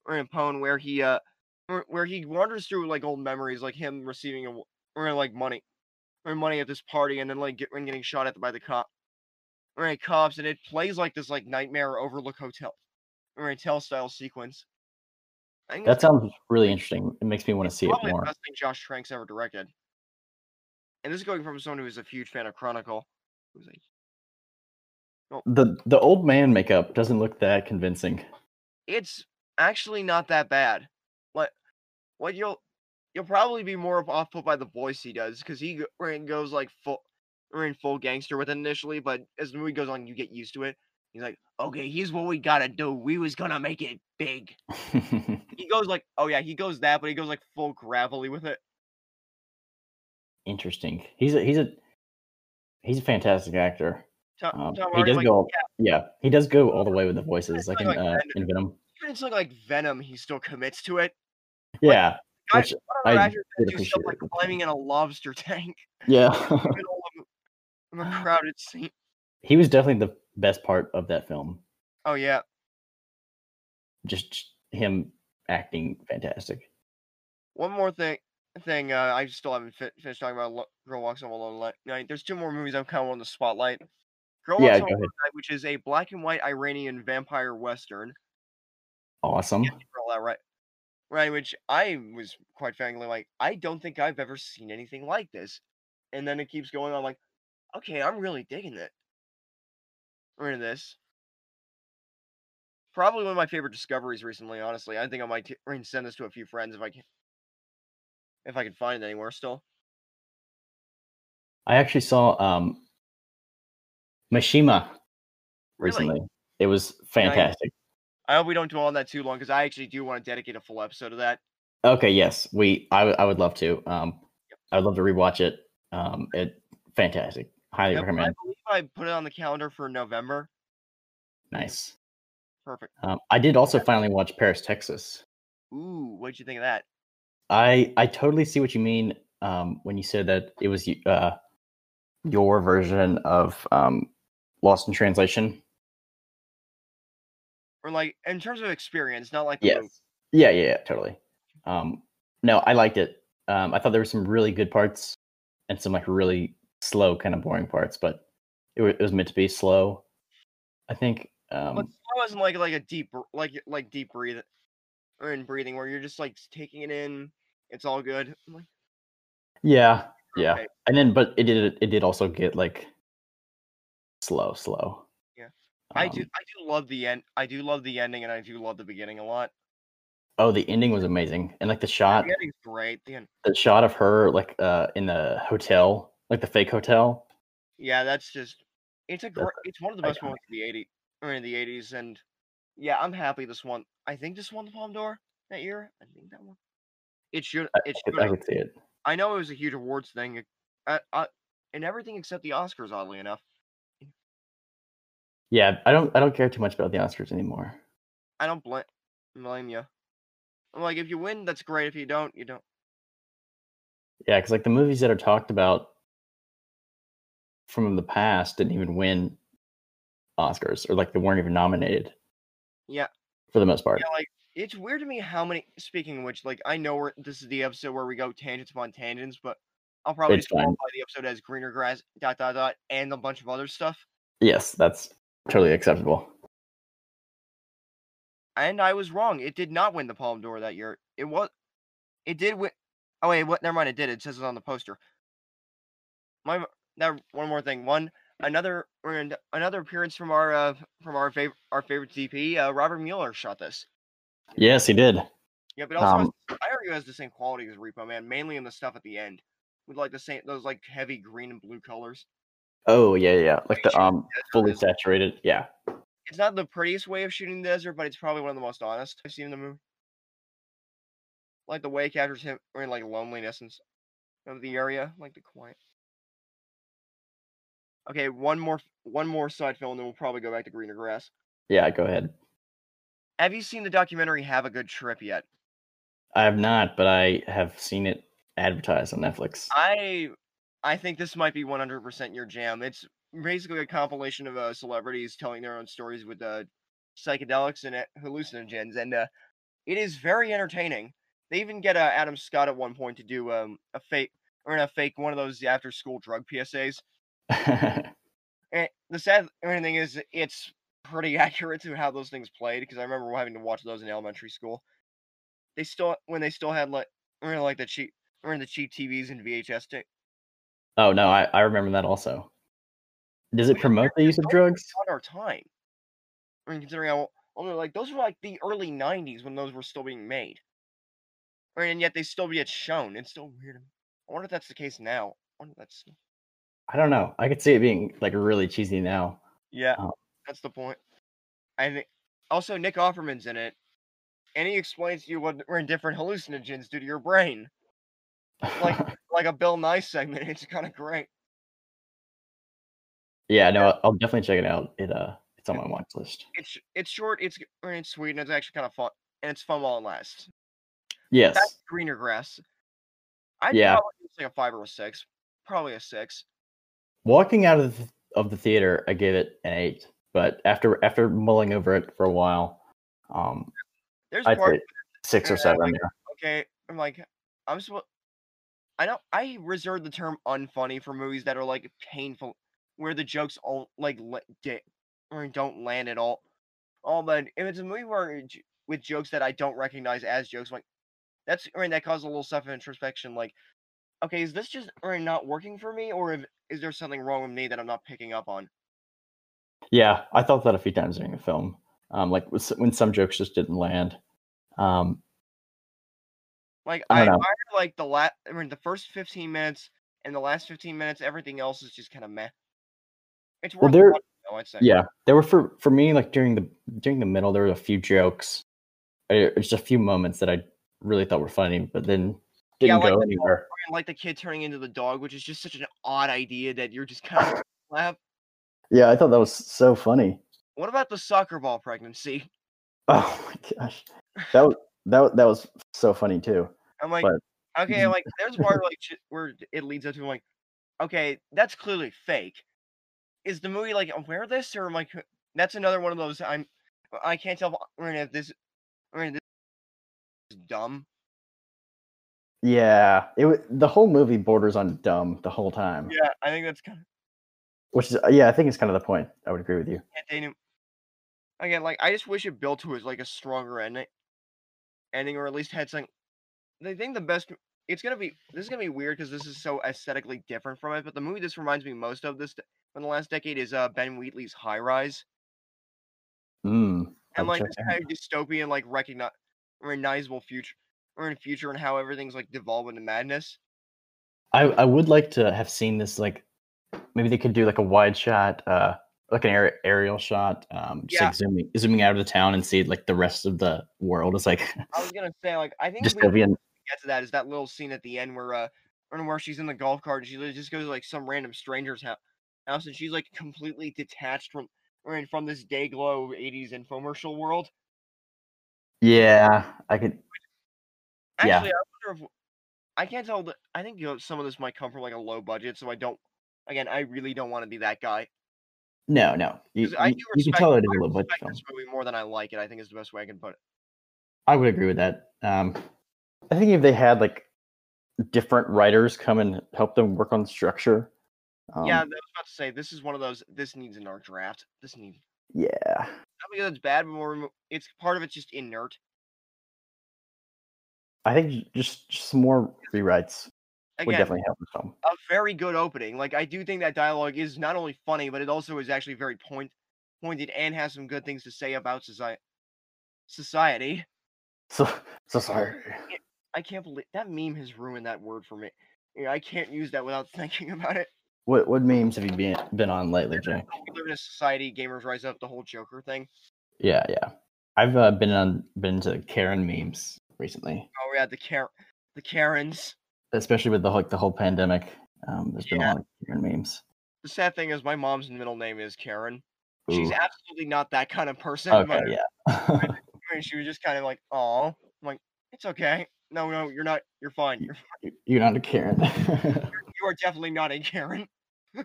[SPEAKER 2] or in Capone where he uh where- where he wanders through like old memories, like him receiving a w- or like money or money at this party, and then like get, and getting shot at by the cop or any cops, and it plays like this like nightmare Overlook Hotel or hotel style sequence. I think
[SPEAKER 3] That
[SPEAKER 2] that's
[SPEAKER 3] sounds really interesting. It makes me want to see it
[SPEAKER 2] probably
[SPEAKER 3] more.
[SPEAKER 2] the best thing Josh Trank's ever directed. And this is going from someone who is a huge fan of Chronicle. Who's like,
[SPEAKER 3] The the old man makeup doesn't look that convincing.
[SPEAKER 2] it's actually not that bad. What what you'll you'll probably be more off put by the voice he does because he go- where it goes like full or in full gangster with it initially, but as the movie goes on, you get used to it. He's like, okay, here's what we gotta do. We was gonna make it big. He goes like, oh yeah, he goes that, but he goes like full gravelly with it.
[SPEAKER 3] interesting. He's a he's a he's a fantastic actor.
[SPEAKER 2] Tom,
[SPEAKER 3] Um,
[SPEAKER 2] Tom
[SPEAKER 3] he
[SPEAKER 2] Hardy,
[SPEAKER 3] does
[SPEAKER 2] like,
[SPEAKER 3] go yeah. he does go all the way with the voices, like in,
[SPEAKER 2] Like
[SPEAKER 3] uh,
[SPEAKER 2] Venom.
[SPEAKER 3] in Venom.
[SPEAKER 2] even in something like Venom, he still commits to it.
[SPEAKER 3] Yeah,
[SPEAKER 2] I-
[SPEAKER 3] which-
[SPEAKER 2] I don't know,
[SPEAKER 3] I
[SPEAKER 2] actors
[SPEAKER 3] did
[SPEAKER 2] that do stuff
[SPEAKER 3] appreciate
[SPEAKER 2] like
[SPEAKER 3] it.
[SPEAKER 2] climbing in a lobster tank
[SPEAKER 3] yeah.
[SPEAKER 2] in the middle of a- of a crowded scene.
[SPEAKER 3] he was definitely the best part of that film.
[SPEAKER 2] Oh yeah,
[SPEAKER 3] Just him acting fantastic.
[SPEAKER 2] one more thing. Thing uh, I still haven't fi- finished talking about. Lo- Girl walks home alone at night. There's two more movies I'm kind of on the spotlight. Girl
[SPEAKER 3] Yeah,
[SPEAKER 2] walks
[SPEAKER 3] go
[SPEAKER 2] home alone
[SPEAKER 3] ahead.
[SPEAKER 2] at night, which is a black and white Iranian vampire western.
[SPEAKER 3] Awesome.
[SPEAKER 2] Roll out right, right. Which I was quite frankly like, I don't think I've ever seen anything like this. And then it keeps going on like, okay, I'm really digging it. We're into this. Probably one of my favorite discoveries recently. Honestly, I think I might t- I mean, send this to a few friends if I can, if I can find it anywhere still.
[SPEAKER 3] I actually saw um Mishima
[SPEAKER 2] Really?
[SPEAKER 3] recently. It was fantastic.
[SPEAKER 2] I hope we don't dwell on that too long because I actually do want to dedicate a full episode to that.
[SPEAKER 3] Okay, yes, we. I, w- I would love to. Um, I would love to rewatch it. Um, it fantastic. Highly
[SPEAKER 2] Yep, I
[SPEAKER 3] recommend.
[SPEAKER 2] believe I put it on the calendar for November.
[SPEAKER 3] Nice.
[SPEAKER 2] Perfect.
[SPEAKER 3] Um, I did also finally watch Paris, Texas.
[SPEAKER 2] Ooh, what'd you think of that?
[SPEAKER 3] I I totally see what you mean um, when you said that it was y- uh, your version of um, Lost in Translation.
[SPEAKER 2] Or like in terms of experience, not like the movie.
[SPEAKER 3] Yes. Yeah, yeah, yeah, totally. Um, no, I liked it. Um, I thought there were some really good parts and some like really slow, kind of boring parts, but it, wa- it was meant to be slow. I think. Um,
[SPEAKER 2] but slow isn't like like a deep br- like like deep breathing or in breathing where you're just like taking it in. It's all good. I'm like,
[SPEAKER 3] yeah, yeah,
[SPEAKER 2] okay.
[SPEAKER 3] and then but it did it did also get like slow, slow.
[SPEAKER 2] Yeah. I
[SPEAKER 3] Um,
[SPEAKER 2] do I do love the end. I do love the ending and I do love the beginning a lot.
[SPEAKER 3] Oh, the ending was amazing, and like the
[SPEAKER 2] The
[SPEAKER 3] shot,
[SPEAKER 2] ending's great. The end,
[SPEAKER 3] the shot of her like uh in the hotel, like the fake hotel.
[SPEAKER 2] yeah, that's just it's a great.
[SPEAKER 3] That's
[SPEAKER 2] It's one of the best
[SPEAKER 3] iconic.
[SPEAKER 2] moments of the '80s or in the '80s, and yeah, I'm happy this one. I think this won the Palme d'Or that year. I think that one. It should.
[SPEAKER 3] I,
[SPEAKER 2] It
[SPEAKER 3] I
[SPEAKER 2] should.
[SPEAKER 3] could, I
[SPEAKER 2] have.
[SPEAKER 3] could see it.
[SPEAKER 2] I know it was a huge awards thing, uh, uh, and everything except the Oscars, oddly enough.
[SPEAKER 3] Yeah, I don't I don't care too much about the Oscars anymore.
[SPEAKER 2] I don't blame blame you. I'm like, if you win, that's great. If you don't, you don't.
[SPEAKER 3] Yeah, because like the movies that are talked about from the past didn't even win Oscars, or like they weren't even nominated.
[SPEAKER 2] Yeah.
[SPEAKER 3] for the most part.
[SPEAKER 2] Yeah, like it's weird to me how many. Speaking of which, like I know we're, this is the episode where we go tangents upon tangents, but I'll probably
[SPEAKER 3] It's
[SPEAKER 2] just
[SPEAKER 3] fine.
[SPEAKER 2] qualify the episode as greener grass dot dot dot and a bunch of other stuff.
[SPEAKER 3] Yes, that's totally acceptable.
[SPEAKER 2] And I was wrong. It did not win the Palm d'Or that year. It was. It did win. Oh wait, what? Never mind. It did. It says it on the poster. My m- that one more thing. One another and another appearance from our uh, from our favorite our favorite DP uh, Robert Mueller shot this.
[SPEAKER 3] Yes, he did.
[SPEAKER 2] Yeah, but also has
[SPEAKER 3] Um,
[SPEAKER 2] the- I argue it has the same quality as Repo Man, mainly in the stuff at the end with like the same those like heavy green and blue colors.
[SPEAKER 3] Oh yeah, yeah, like the um fully saturated. Yeah,
[SPEAKER 2] It's not the prettiest way of shooting the desert, but it's probably one of the most honest I've seen in the movie. Like the way it captures him or in like loneliness and s- of the area, like the quiet. Okay, one more one more side film, and then we'll probably go back to greener grass.
[SPEAKER 3] yeah. Go ahead.
[SPEAKER 2] Have you seen the documentary "Have a Good Trip" yet?
[SPEAKER 3] I have not, but I have seen it advertised on Netflix.
[SPEAKER 2] I I think this might be 100% your jam. It's basically a compilation of uh, celebrities telling their own stories with uh, psychedelics and uh, hallucinogens, and uh, it is very entertaining. They even get uh, Adam Scott at one point to do um, a fake or a fake one of those after school drug PSAs. And the sad thing is, it's pretty accurate to how those things played because I remember having to watch those in elementary school. They still when they still had like or like the cheap or the cheap TVs and VHS tape.
[SPEAKER 3] oh no, I, I remember that also. Does it promote the use of drugs?
[SPEAKER 2] on our time. I mean, considering how only like those were like the early '90s when those were still being made, I mean, and yet they still get shown. It's still weird. I wonder if that's the case now. I wonder if that's
[SPEAKER 3] I don't know. I could see it being like really cheesy now.
[SPEAKER 2] yeah.
[SPEAKER 3] Oh.
[SPEAKER 2] That's the point. And also Nick Offerman's in it, and he explains to you what or different hallucinogens do to your brain, like like a Bill Nye segment. It's kind of great.
[SPEAKER 3] yeah, no, I'll, I'll definitely check it out. It uh, it's on my watch list.
[SPEAKER 2] It's it's short. It's I mean, it's sweet, and it's actually kind of fun. And it's fun while it lasts.
[SPEAKER 3] Yes,
[SPEAKER 2] That's greener grass. I'd
[SPEAKER 3] Yeah.
[SPEAKER 2] probably say a five or a six. Probably a six.
[SPEAKER 3] walking out of the, of the theater, I gave it an eight. But after after mulling over it for a while, um,
[SPEAKER 2] There's
[SPEAKER 3] I'd
[SPEAKER 2] part
[SPEAKER 3] say six or
[SPEAKER 2] Yeah,
[SPEAKER 3] seven.
[SPEAKER 2] like-
[SPEAKER 3] yeah.
[SPEAKER 2] okay. I'm like I'm supposed. I don't. I reserve the term unfunny for movies that are like painful, where the jokes all like le- di- or don't land at all. All but if it's a movie where j- with jokes that I don't recognize as jokes, like that's I mean that causes a little self introspection. Like, okay, is this just or not working for me, or if, is there something wrong with me that I'm not picking up on?
[SPEAKER 3] Yeah, I thought that a few times during the film. Um, like with s- when some jokes just didn't land. Um,
[SPEAKER 2] Like
[SPEAKER 3] I
[SPEAKER 2] I, I,
[SPEAKER 3] don't know.
[SPEAKER 2] like the last, I mean, the first fifteen minutes and the last fifteen minutes, everything else is just kind of meh. It's
[SPEAKER 3] Well,
[SPEAKER 2] worth
[SPEAKER 3] there-
[SPEAKER 2] watching, though, I'd say.
[SPEAKER 3] yeah, there were for for me like during the during the middle there were a few jokes, uh, just a few moments that I really thought were funny, but then
[SPEAKER 2] Yeah,
[SPEAKER 3] didn't
[SPEAKER 2] like
[SPEAKER 3] go
[SPEAKER 2] the-
[SPEAKER 3] anywhere.
[SPEAKER 2] I mean, like the kid turning into the dog, which is just such an odd idea that you're just kind of laugh.
[SPEAKER 3] Yeah, I thought that was so funny.
[SPEAKER 2] What about the soccer ball pregnancy?
[SPEAKER 3] Oh my gosh, that was that wa- that was so funny too.
[SPEAKER 2] I'm like, okay,
[SPEAKER 3] Mhm.
[SPEAKER 2] like there's part like ch- where it leads up to like, okay, that's clearly fake. Is the movie like aware of this or am I? c- That's another one of those I'm. I can't tell if, I mean, if this. I mean, this is dumb.
[SPEAKER 3] Yeah, it wa- the whole movie borders on dumb the whole time,
[SPEAKER 2] Yeah, I think that's kind of
[SPEAKER 3] which is yeah, I think it's kind of the point. I would agree with you.
[SPEAKER 2] it. They didn't- Again, like I just wish it built to it like a stronger ending, ending or at least had something. They think the best. It's gonna be this is gonna be weird because this is so aesthetically different from it. But the movie this reminds me most of this de- from the last decade is uh Ben Wheatley's High Rise
[SPEAKER 3] Mm, I will
[SPEAKER 2] and like
[SPEAKER 3] check
[SPEAKER 2] this
[SPEAKER 3] that
[SPEAKER 2] kind of dystopian like recognize recognizable future or in future and how everything's like devolved into madness.
[SPEAKER 3] I I would like to have seen this like maybe they could do like a wide shot, uh, like an aer- aerial shot, um, just
[SPEAKER 2] Yeah.
[SPEAKER 3] like zooming zooming out of the town and see like the rest of the world is like
[SPEAKER 2] I was gonna say like I think we
[SPEAKER 3] dystopian.
[SPEAKER 2] get to that is that little scene at the end where uh or where she's in the golf cart and she li- just goes to, like some random stranger's hou- house and she's like completely detached from or in from this day glow 80s infomercial world.
[SPEAKER 3] Yeah, I could. Yeah.
[SPEAKER 2] Actually, I wonder if I can't tell. The, I think you know, some of this might come from like a low budget, so I don't. Again, I really don't want to be that guy.
[SPEAKER 3] No, no. You,
[SPEAKER 2] 'Cause I
[SPEAKER 3] you-
[SPEAKER 2] do
[SPEAKER 3] you can
[SPEAKER 2] respect-
[SPEAKER 3] tell it is
[SPEAKER 2] I
[SPEAKER 3] a little bit
[SPEAKER 2] respect
[SPEAKER 3] film.
[SPEAKER 2] this movie more than I like it. I think is the best way I can put it.
[SPEAKER 3] I would agree with that. Um, I think if they had like different writers come and help them work on structure. Um,
[SPEAKER 2] yeah, I was about to say this is one of those. This needs an art draft. This needs
[SPEAKER 3] Yeah.
[SPEAKER 2] not because it's bad, but more remo- it's part of it's just inert.
[SPEAKER 3] I think j- just, just some more rewrites would
[SPEAKER 2] Again,
[SPEAKER 3] definitely help the film.
[SPEAKER 2] a very good opening. Like I do think that dialogue is not only funny, but it also is actually very point pointed and has some good things to say about society. Society.
[SPEAKER 3] So, so sorry.
[SPEAKER 2] I can't believe that meme has ruined that word for me. Yeah, I can't use that without thinking about it.
[SPEAKER 3] What what memes have you been been on lately, Jay?
[SPEAKER 2] We live in a society, gamers rise up, the whole Joker thing.
[SPEAKER 3] Yeah, yeah. I've uh, been on been into Karen memes recently,
[SPEAKER 2] Oh yeah, the Karen, the Karens.
[SPEAKER 3] especially with the like the whole pandemic. Um, there's been
[SPEAKER 2] Yeah.
[SPEAKER 3] a lot of Karen memes.
[SPEAKER 2] The sad thing is, my mom's middle name is Karen. She's
[SPEAKER 3] Ooh.
[SPEAKER 2] absolutely not that kind of person.
[SPEAKER 3] Okay,
[SPEAKER 2] but
[SPEAKER 3] yeah.
[SPEAKER 2] I mean, she was just kind of like, "Oh, I'm like it's okay. No, no, you're not. You're fine. You're,
[SPEAKER 3] You're not a Karen.
[SPEAKER 2] you are definitely not a Karen." yeah.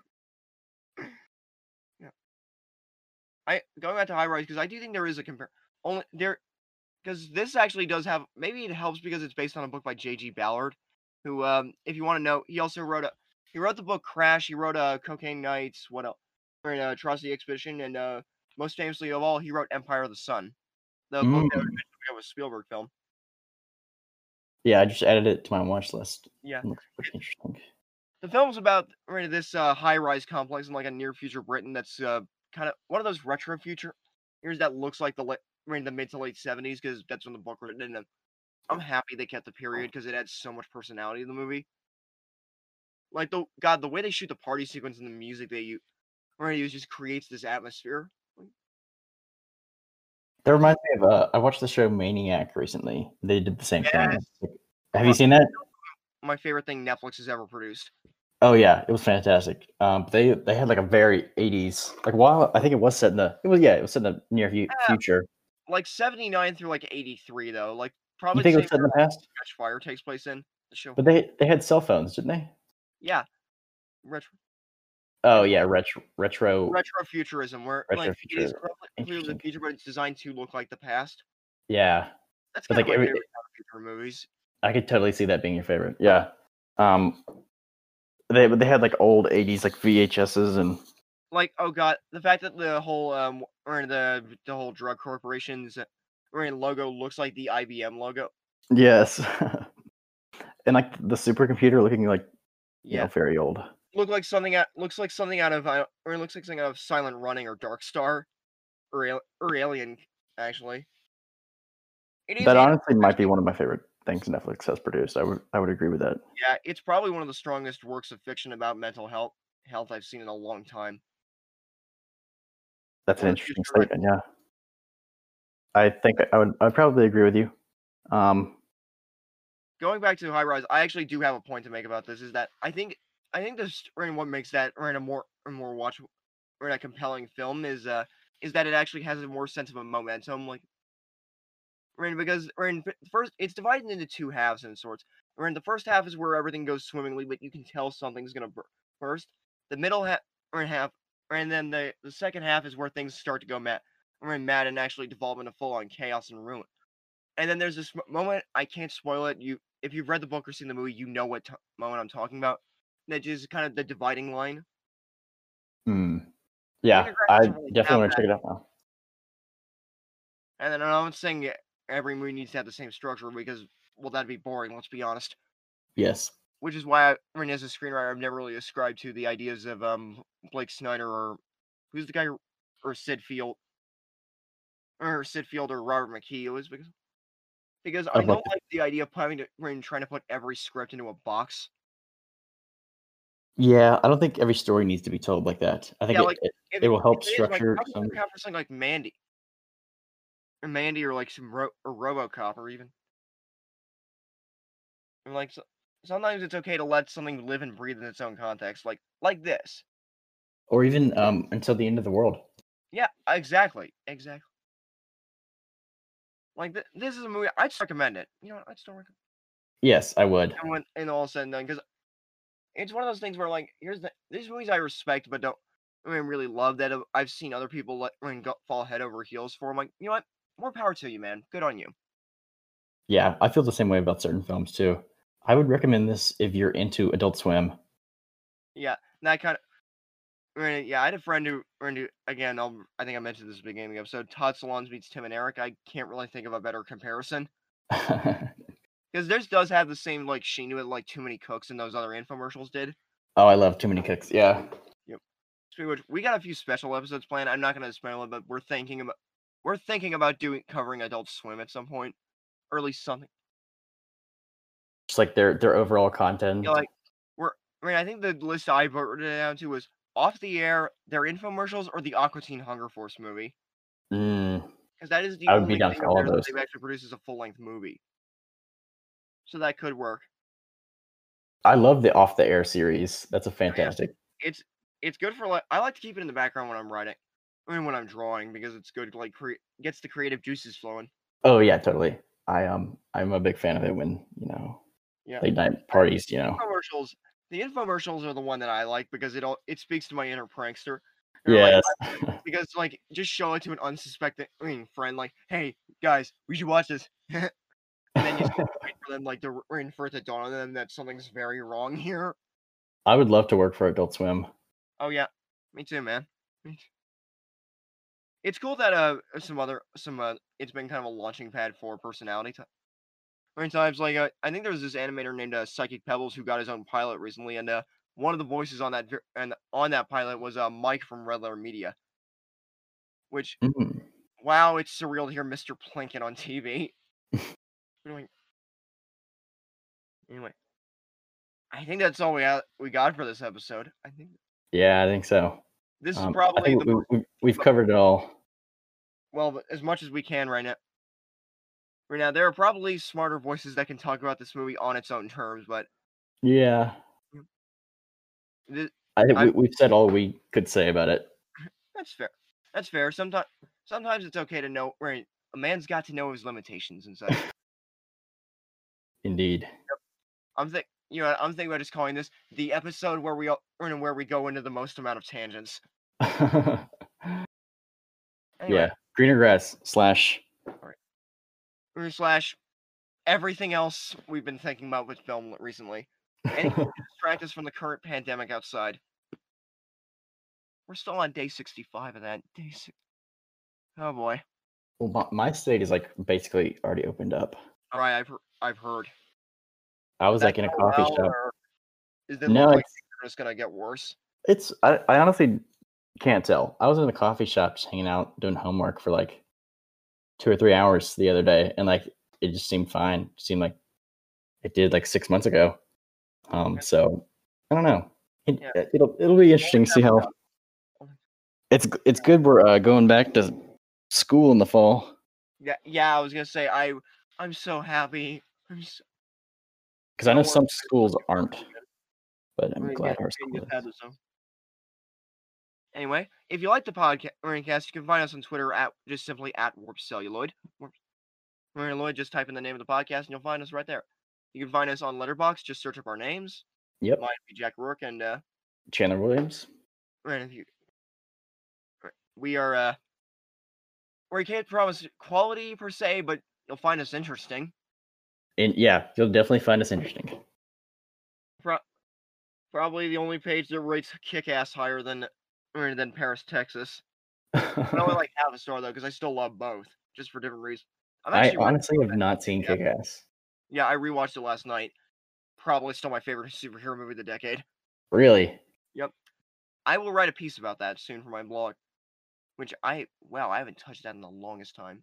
[SPEAKER 2] I going back to high rise because I do think there is a compare. Only there, because this actually does have. Maybe it helps because it's based on a book by J.G. Ballard, who, um, if you want to know, he also wrote a. He wrote the book Crash. He wrote uh, Cocaine Nights. What else? Or an atrocity expedition, and uh, most famously of all, he wrote Empire of the Sun, the book that
[SPEAKER 3] Mm.
[SPEAKER 2] it was a Spielberg film.
[SPEAKER 3] yeah, I just added it to my watch list.
[SPEAKER 2] Yeah.
[SPEAKER 3] It looks pretty interesting.
[SPEAKER 2] The film's about right, this uh, high-rise complex in like a near future Britain that's uh, kind of one of those retro future years that looks like the late, right, the mid to late seventies because that's when the book was written. And um, I'm happy they kept the
[SPEAKER 3] Oh.
[SPEAKER 2] period because it adds so much personality to the movie. Like the God, the way they shoot the party sequence and the music they use, right, it just creates this atmosphere.
[SPEAKER 3] That reminds me of uh, I watched the show Maniac recently. They did the same
[SPEAKER 2] Yes.
[SPEAKER 3] thing. Have you seen that?
[SPEAKER 2] My favorite thing Netflix has ever produced.
[SPEAKER 3] Oh yeah, it was fantastic. Um, they they had like a very '80s like while I think it was set in the it was yeah it was set in the near fu- future.
[SPEAKER 2] Like seventy-nine through like eighty-three though, like
[SPEAKER 3] You
[SPEAKER 2] probably
[SPEAKER 3] think it
[SPEAKER 2] the
[SPEAKER 3] was set
[SPEAKER 2] same
[SPEAKER 3] in the past?
[SPEAKER 2] Catch Fire takes place in the show.
[SPEAKER 3] But they they had cell phones, didn't they?
[SPEAKER 2] yeah, retro.
[SPEAKER 3] Oh yeah, retro retro.
[SPEAKER 2] retrofuturism, where like it is
[SPEAKER 3] Oh. Retrofuturism.
[SPEAKER 2] clearly- clearly the
[SPEAKER 3] Interesting.
[SPEAKER 2] future, but it's designed to look like the past.
[SPEAKER 3] Yeah,
[SPEAKER 2] That's
[SPEAKER 3] But,
[SPEAKER 2] kind
[SPEAKER 3] like,
[SPEAKER 2] of my
[SPEAKER 3] every-
[SPEAKER 2] favorite kind of future movies.
[SPEAKER 3] I could totally see that being your favorite. Yeah. Um, they they had like old '80s like VHSs and
[SPEAKER 2] Like, oh god, the fact that the whole um or the the whole drug corporations uh, or in logo looks like the IBM logo.
[SPEAKER 3] yes, and like the supercomputer looking like you
[SPEAKER 2] Yeah,
[SPEAKER 3] know very old.
[SPEAKER 2] look like something out looks like something out of uh, or it looks like something out of Silent Running or Dark Star, or, Al- or Alien actually. It is
[SPEAKER 3] That
[SPEAKER 2] a-
[SPEAKER 3] honestly might be one of my favorite things Netflix has produced. I would I would agree with that.
[SPEAKER 2] Yeah, it's probably one of the strongest works of fiction about mental health health I've seen in a long time.
[SPEAKER 3] That's an
[SPEAKER 2] Or
[SPEAKER 3] interesting
[SPEAKER 2] future-
[SPEAKER 3] statement. Yeah, I think I would. I probably agree with you. Um,
[SPEAKER 2] going back to high rise, I actually do have a point to make about this. Is that I think I think this and what makes that and a more a more watch or a compelling film is uh is that it actually has a more sense of a momentum like. Right, because or in f- first it's divided into two halves in sorts. Or in the first half is where everything goes swimmingly, but you can tell something's gonna bur- burst. The middle half or in half, and then the the second half is where things start to go mad, or in mad and actually devolve into full on chaos and ruin and then there's this mo- moment I can't spoil it. You, if you've read the book or seen the movie, you know what t- moment I'm talking about. That is kind of the dividing line.
[SPEAKER 3] hmm. Yeah,
[SPEAKER 2] Photograph
[SPEAKER 3] I
[SPEAKER 2] doesn't really have
[SPEAKER 3] definitely want to check it out now.
[SPEAKER 2] And then I'm not saying e- every movie needs to have the same structure because, well, that'd be boring. Let's be honest.
[SPEAKER 3] Yes.
[SPEAKER 2] Which is why, I, I mean, as a screenwriter, I've never really ascribed to the ideas of um Blake Snyder or who's the guy who- or Sid Field or Sid Field or Robert McKee. It was because because I
[SPEAKER 3] I'd like
[SPEAKER 2] don't
[SPEAKER 3] to-
[SPEAKER 2] like the idea of having to I mean, trying to put every script into a box.
[SPEAKER 3] Yeah, I don't think every story needs to be told like that. I think
[SPEAKER 2] Yeah,
[SPEAKER 3] it,
[SPEAKER 2] like,
[SPEAKER 3] it-
[SPEAKER 2] if-
[SPEAKER 3] it will help
[SPEAKER 2] if it is, like,
[SPEAKER 3] structure
[SPEAKER 2] how does it
[SPEAKER 3] some-
[SPEAKER 2] account for something like Mandy, or Mandy, or like some ro- or RoboCop, or even and like so- sometimes it's okay to let something live and breathe in its own context, like like this.
[SPEAKER 3] or even um until the end of the world.
[SPEAKER 2] Yeah, exactly, exactly. Like th- this is a movie I'd still recommend it. You know, what, I'd still recommend.
[SPEAKER 3] Yes, I would.
[SPEAKER 2] and when and all said and done, because it's one of those things where like here's the these movies I respect but don't I mean, really love that. uh, I've seen other people like when go, fall head over heels for. I'm like, you know what? More power to you, man. Good on you.
[SPEAKER 3] Yeah, I feel the same way about certain films too. I would recommend this if you're into Adult Swim.
[SPEAKER 2] Yeah, and that kind of. I mean, yeah, I had a friend who, friend who again, I'll, I think I mentioned this at the beginning of the episode. Todd Salons meets Tim and Eric. I can't really think of a better comparison
[SPEAKER 3] Oh,
[SPEAKER 2] because theirs does have the same like sheen to it, like Too Many Cooks and those other infomercials did.
[SPEAKER 3] Oh, I love Too Many Cooks. Yeah.
[SPEAKER 2] Speaking of which, we got a few special episodes planned. I'm not going to spoil it, but we're thinking about we're thinking about doing covering Adult Swim at some point, or at least something.
[SPEAKER 3] Just like their their overall content.
[SPEAKER 2] You know, like we're. I mean, I think the list I voted down to was off the air, their infomercials, or the Aqua Teen Hunger Force movie,
[SPEAKER 3] Mm,
[SPEAKER 2] because that is the
[SPEAKER 3] I would be
[SPEAKER 2] only
[SPEAKER 3] down
[SPEAKER 2] thing
[SPEAKER 3] for
[SPEAKER 2] of
[SPEAKER 3] all of
[SPEAKER 2] theirs that
[SPEAKER 3] those.
[SPEAKER 2] they've actually produced as a full length movie. So that could work.
[SPEAKER 3] I love the off the air series. That's a fantastic.
[SPEAKER 2] It's it's good for like I like to keep it in the background when I'm writing. I mean, when I'm drawing, because it's good. Like, cre- gets the creative juices flowing.
[SPEAKER 3] Oh yeah, totally. I um I'm a big fan of it when you know
[SPEAKER 2] Yeah. Oh,
[SPEAKER 3] late night parties. You know.
[SPEAKER 2] infomercials the infomercials are the one that I like because it all it speaks to my inner prankster. You know, like,
[SPEAKER 3] Yes.
[SPEAKER 2] because like just show it to an unsuspecting I mean, friend, like, hey guys, we should watch this. and then you just wait for them like to r- wait for it to dawn on them that something's very wrong here.
[SPEAKER 3] I would love to work for Adult Swim.
[SPEAKER 2] Oh yeah, me too, man. Me t- It's cool that uh some other some uh it's been kind of a launching pad for personality type. Many times, like uh, I think there was this animator named uh, Psychic Pebbles who got his own pilot recently, and uh, one of the voices on that vi- and on that pilot was uh Mike from Red Letter Media. Which
[SPEAKER 3] Mm.
[SPEAKER 2] wow, it's surreal to hear Mr. Plinkett on TV. anyway, anyway, I think that's all we got, we got for this episode. I think
[SPEAKER 3] Yeah, I think so.
[SPEAKER 2] this
[SPEAKER 3] Um,
[SPEAKER 2] is
[SPEAKER 3] I
[SPEAKER 2] probably
[SPEAKER 3] think
[SPEAKER 2] the
[SPEAKER 3] we,
[SPEAKER 2] most
[SPEAKER 3] we, we've covered it all.
[SPEAKER 2] well but as much as we can right now. Right now, there are probably smarter voices that can talk about this movie on its own terms, but
[SPEAKER 3] Yeah,
[SPEAKER 2] thi-
[SPEAKER 3] I think
[SPEAKER 2] I-
[SPEAKER 3] we, we've said all we could say about it.
[SPEAKER 2] that's fair. That's fair. Sometimes, sometimes it's okay to know. Right, a man's got to know his limitations and such.
[SPEAKER 3] Indeed.
[SPEAKER 2] I'm think, you know, I'm thinking about just calling this the episode where we all- where we go into the most amount of tangents. Anyway,
[SPEAKER 3] Yeah, greener grass slash
[SPEAKER 2] or slash everything else we've been thinking about with film recently. Anything to distract us from the current pandemic outside. We're still on day 65 of that. Day six. Oh boy.
[SPEAKER 3] Well, my, my state is like basically already opened up.
[SPEAKER 2] All right, I've, he- I've heard.
[SPEAKER 3] I was like in a coffee shop.
[SPEAKER 2] Is that
[SPEAKER 3] No,
[SPEAKER 2] look like
[SPEAKER 3] it's
[SPEAKER 2] it's just gonna get worse?
[SPEAKER 3] it's I, I honestly can't tell. I was in a coffee shop just hanging out doing homework for like two or three hours the other day, and like it just seemed fine. seemed like it did like six months ago. Um,
[SPEAKER 2] Okay.
[SPEAKER 3] so I don't know. It,
[SPEAKER 2] Yeah.
[SPEAKER 3] it- It'll it'll be interesting to see how. It's g- it's good we're uh, going back to school in the fall.
[SPEAKER 2] Yeah, yeah. I was gonna say I I'm so happy. I'm so,
[SPEAKER 3] Because I know
[SPEAKER 2] Don't worry.
[SPEAKER 3] some schools aren't, but I'm
[SPEAKER 2] Right,
[SPEAKER 3] glad
[SPEAKER 2] yeah,
[SPEAKER 3] our
[SPEAKER 2] you
[SPEAKER 3] school
[SPEAKER 2] just had
[SPEAKER 3] is.
[SPEAKER 2] this, huh? Anyway, if you like the podca- podcast, you can find us on Twitter at just simply at Warp Celluloid. Warp Celluloid, just type in the name of the podcast and you'll find us right there. You can find us on Letterbox. Just search up our names.
[SPEAKER 3] Yep,
[SPEAKER 2] Mine would be Jack Rourke, and uh,
[SPEAKER 3] Chandler Williams.
[SPEAKER 2] right, if you, right, we are uh, we can't promise quality per se, but you'll find us interesting.
[SPEAKER 3] And yeah, you'll definitely find us interesting.
[SPEAKER 2] Pro- probably the only page that rates Kick Ass higher than er, than Paris, Texas. I only like half a star though, because I still love both, just for different reasons. I'm
[SPEAKER 3] I
[SPEAKER 2] re-
[SPEAKER 3] honestly have not seen
[SPEAKER 2] Yeah.
[SPEAKER 3] Kick Ass.
[SPEAKER 2] yeah, I rewatched it last night. Probably still my favorite superhero movie of the decade.
[SPEAKER 3] Really?
[SPEAKER 2] I will write a piece about that soon for my blog, which I wow, I haven't touched that in the longest time.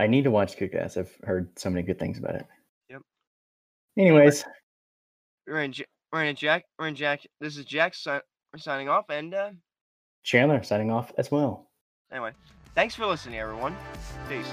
[SPEAKER 3] I need to watch Kick Ass. I've heard so many good things about it.
[SPEAKER 2] Yep.
[SPEAKER 3] Anyways,
[SPEAKER 2] We're in, we're in Jack. We're in Jack. This is Jack si- signing off, and uh,
[SPEAKER 3] Chandler signing off as well.
[SPEAKER 2] anyway, thanks for listening, everyone. Peace.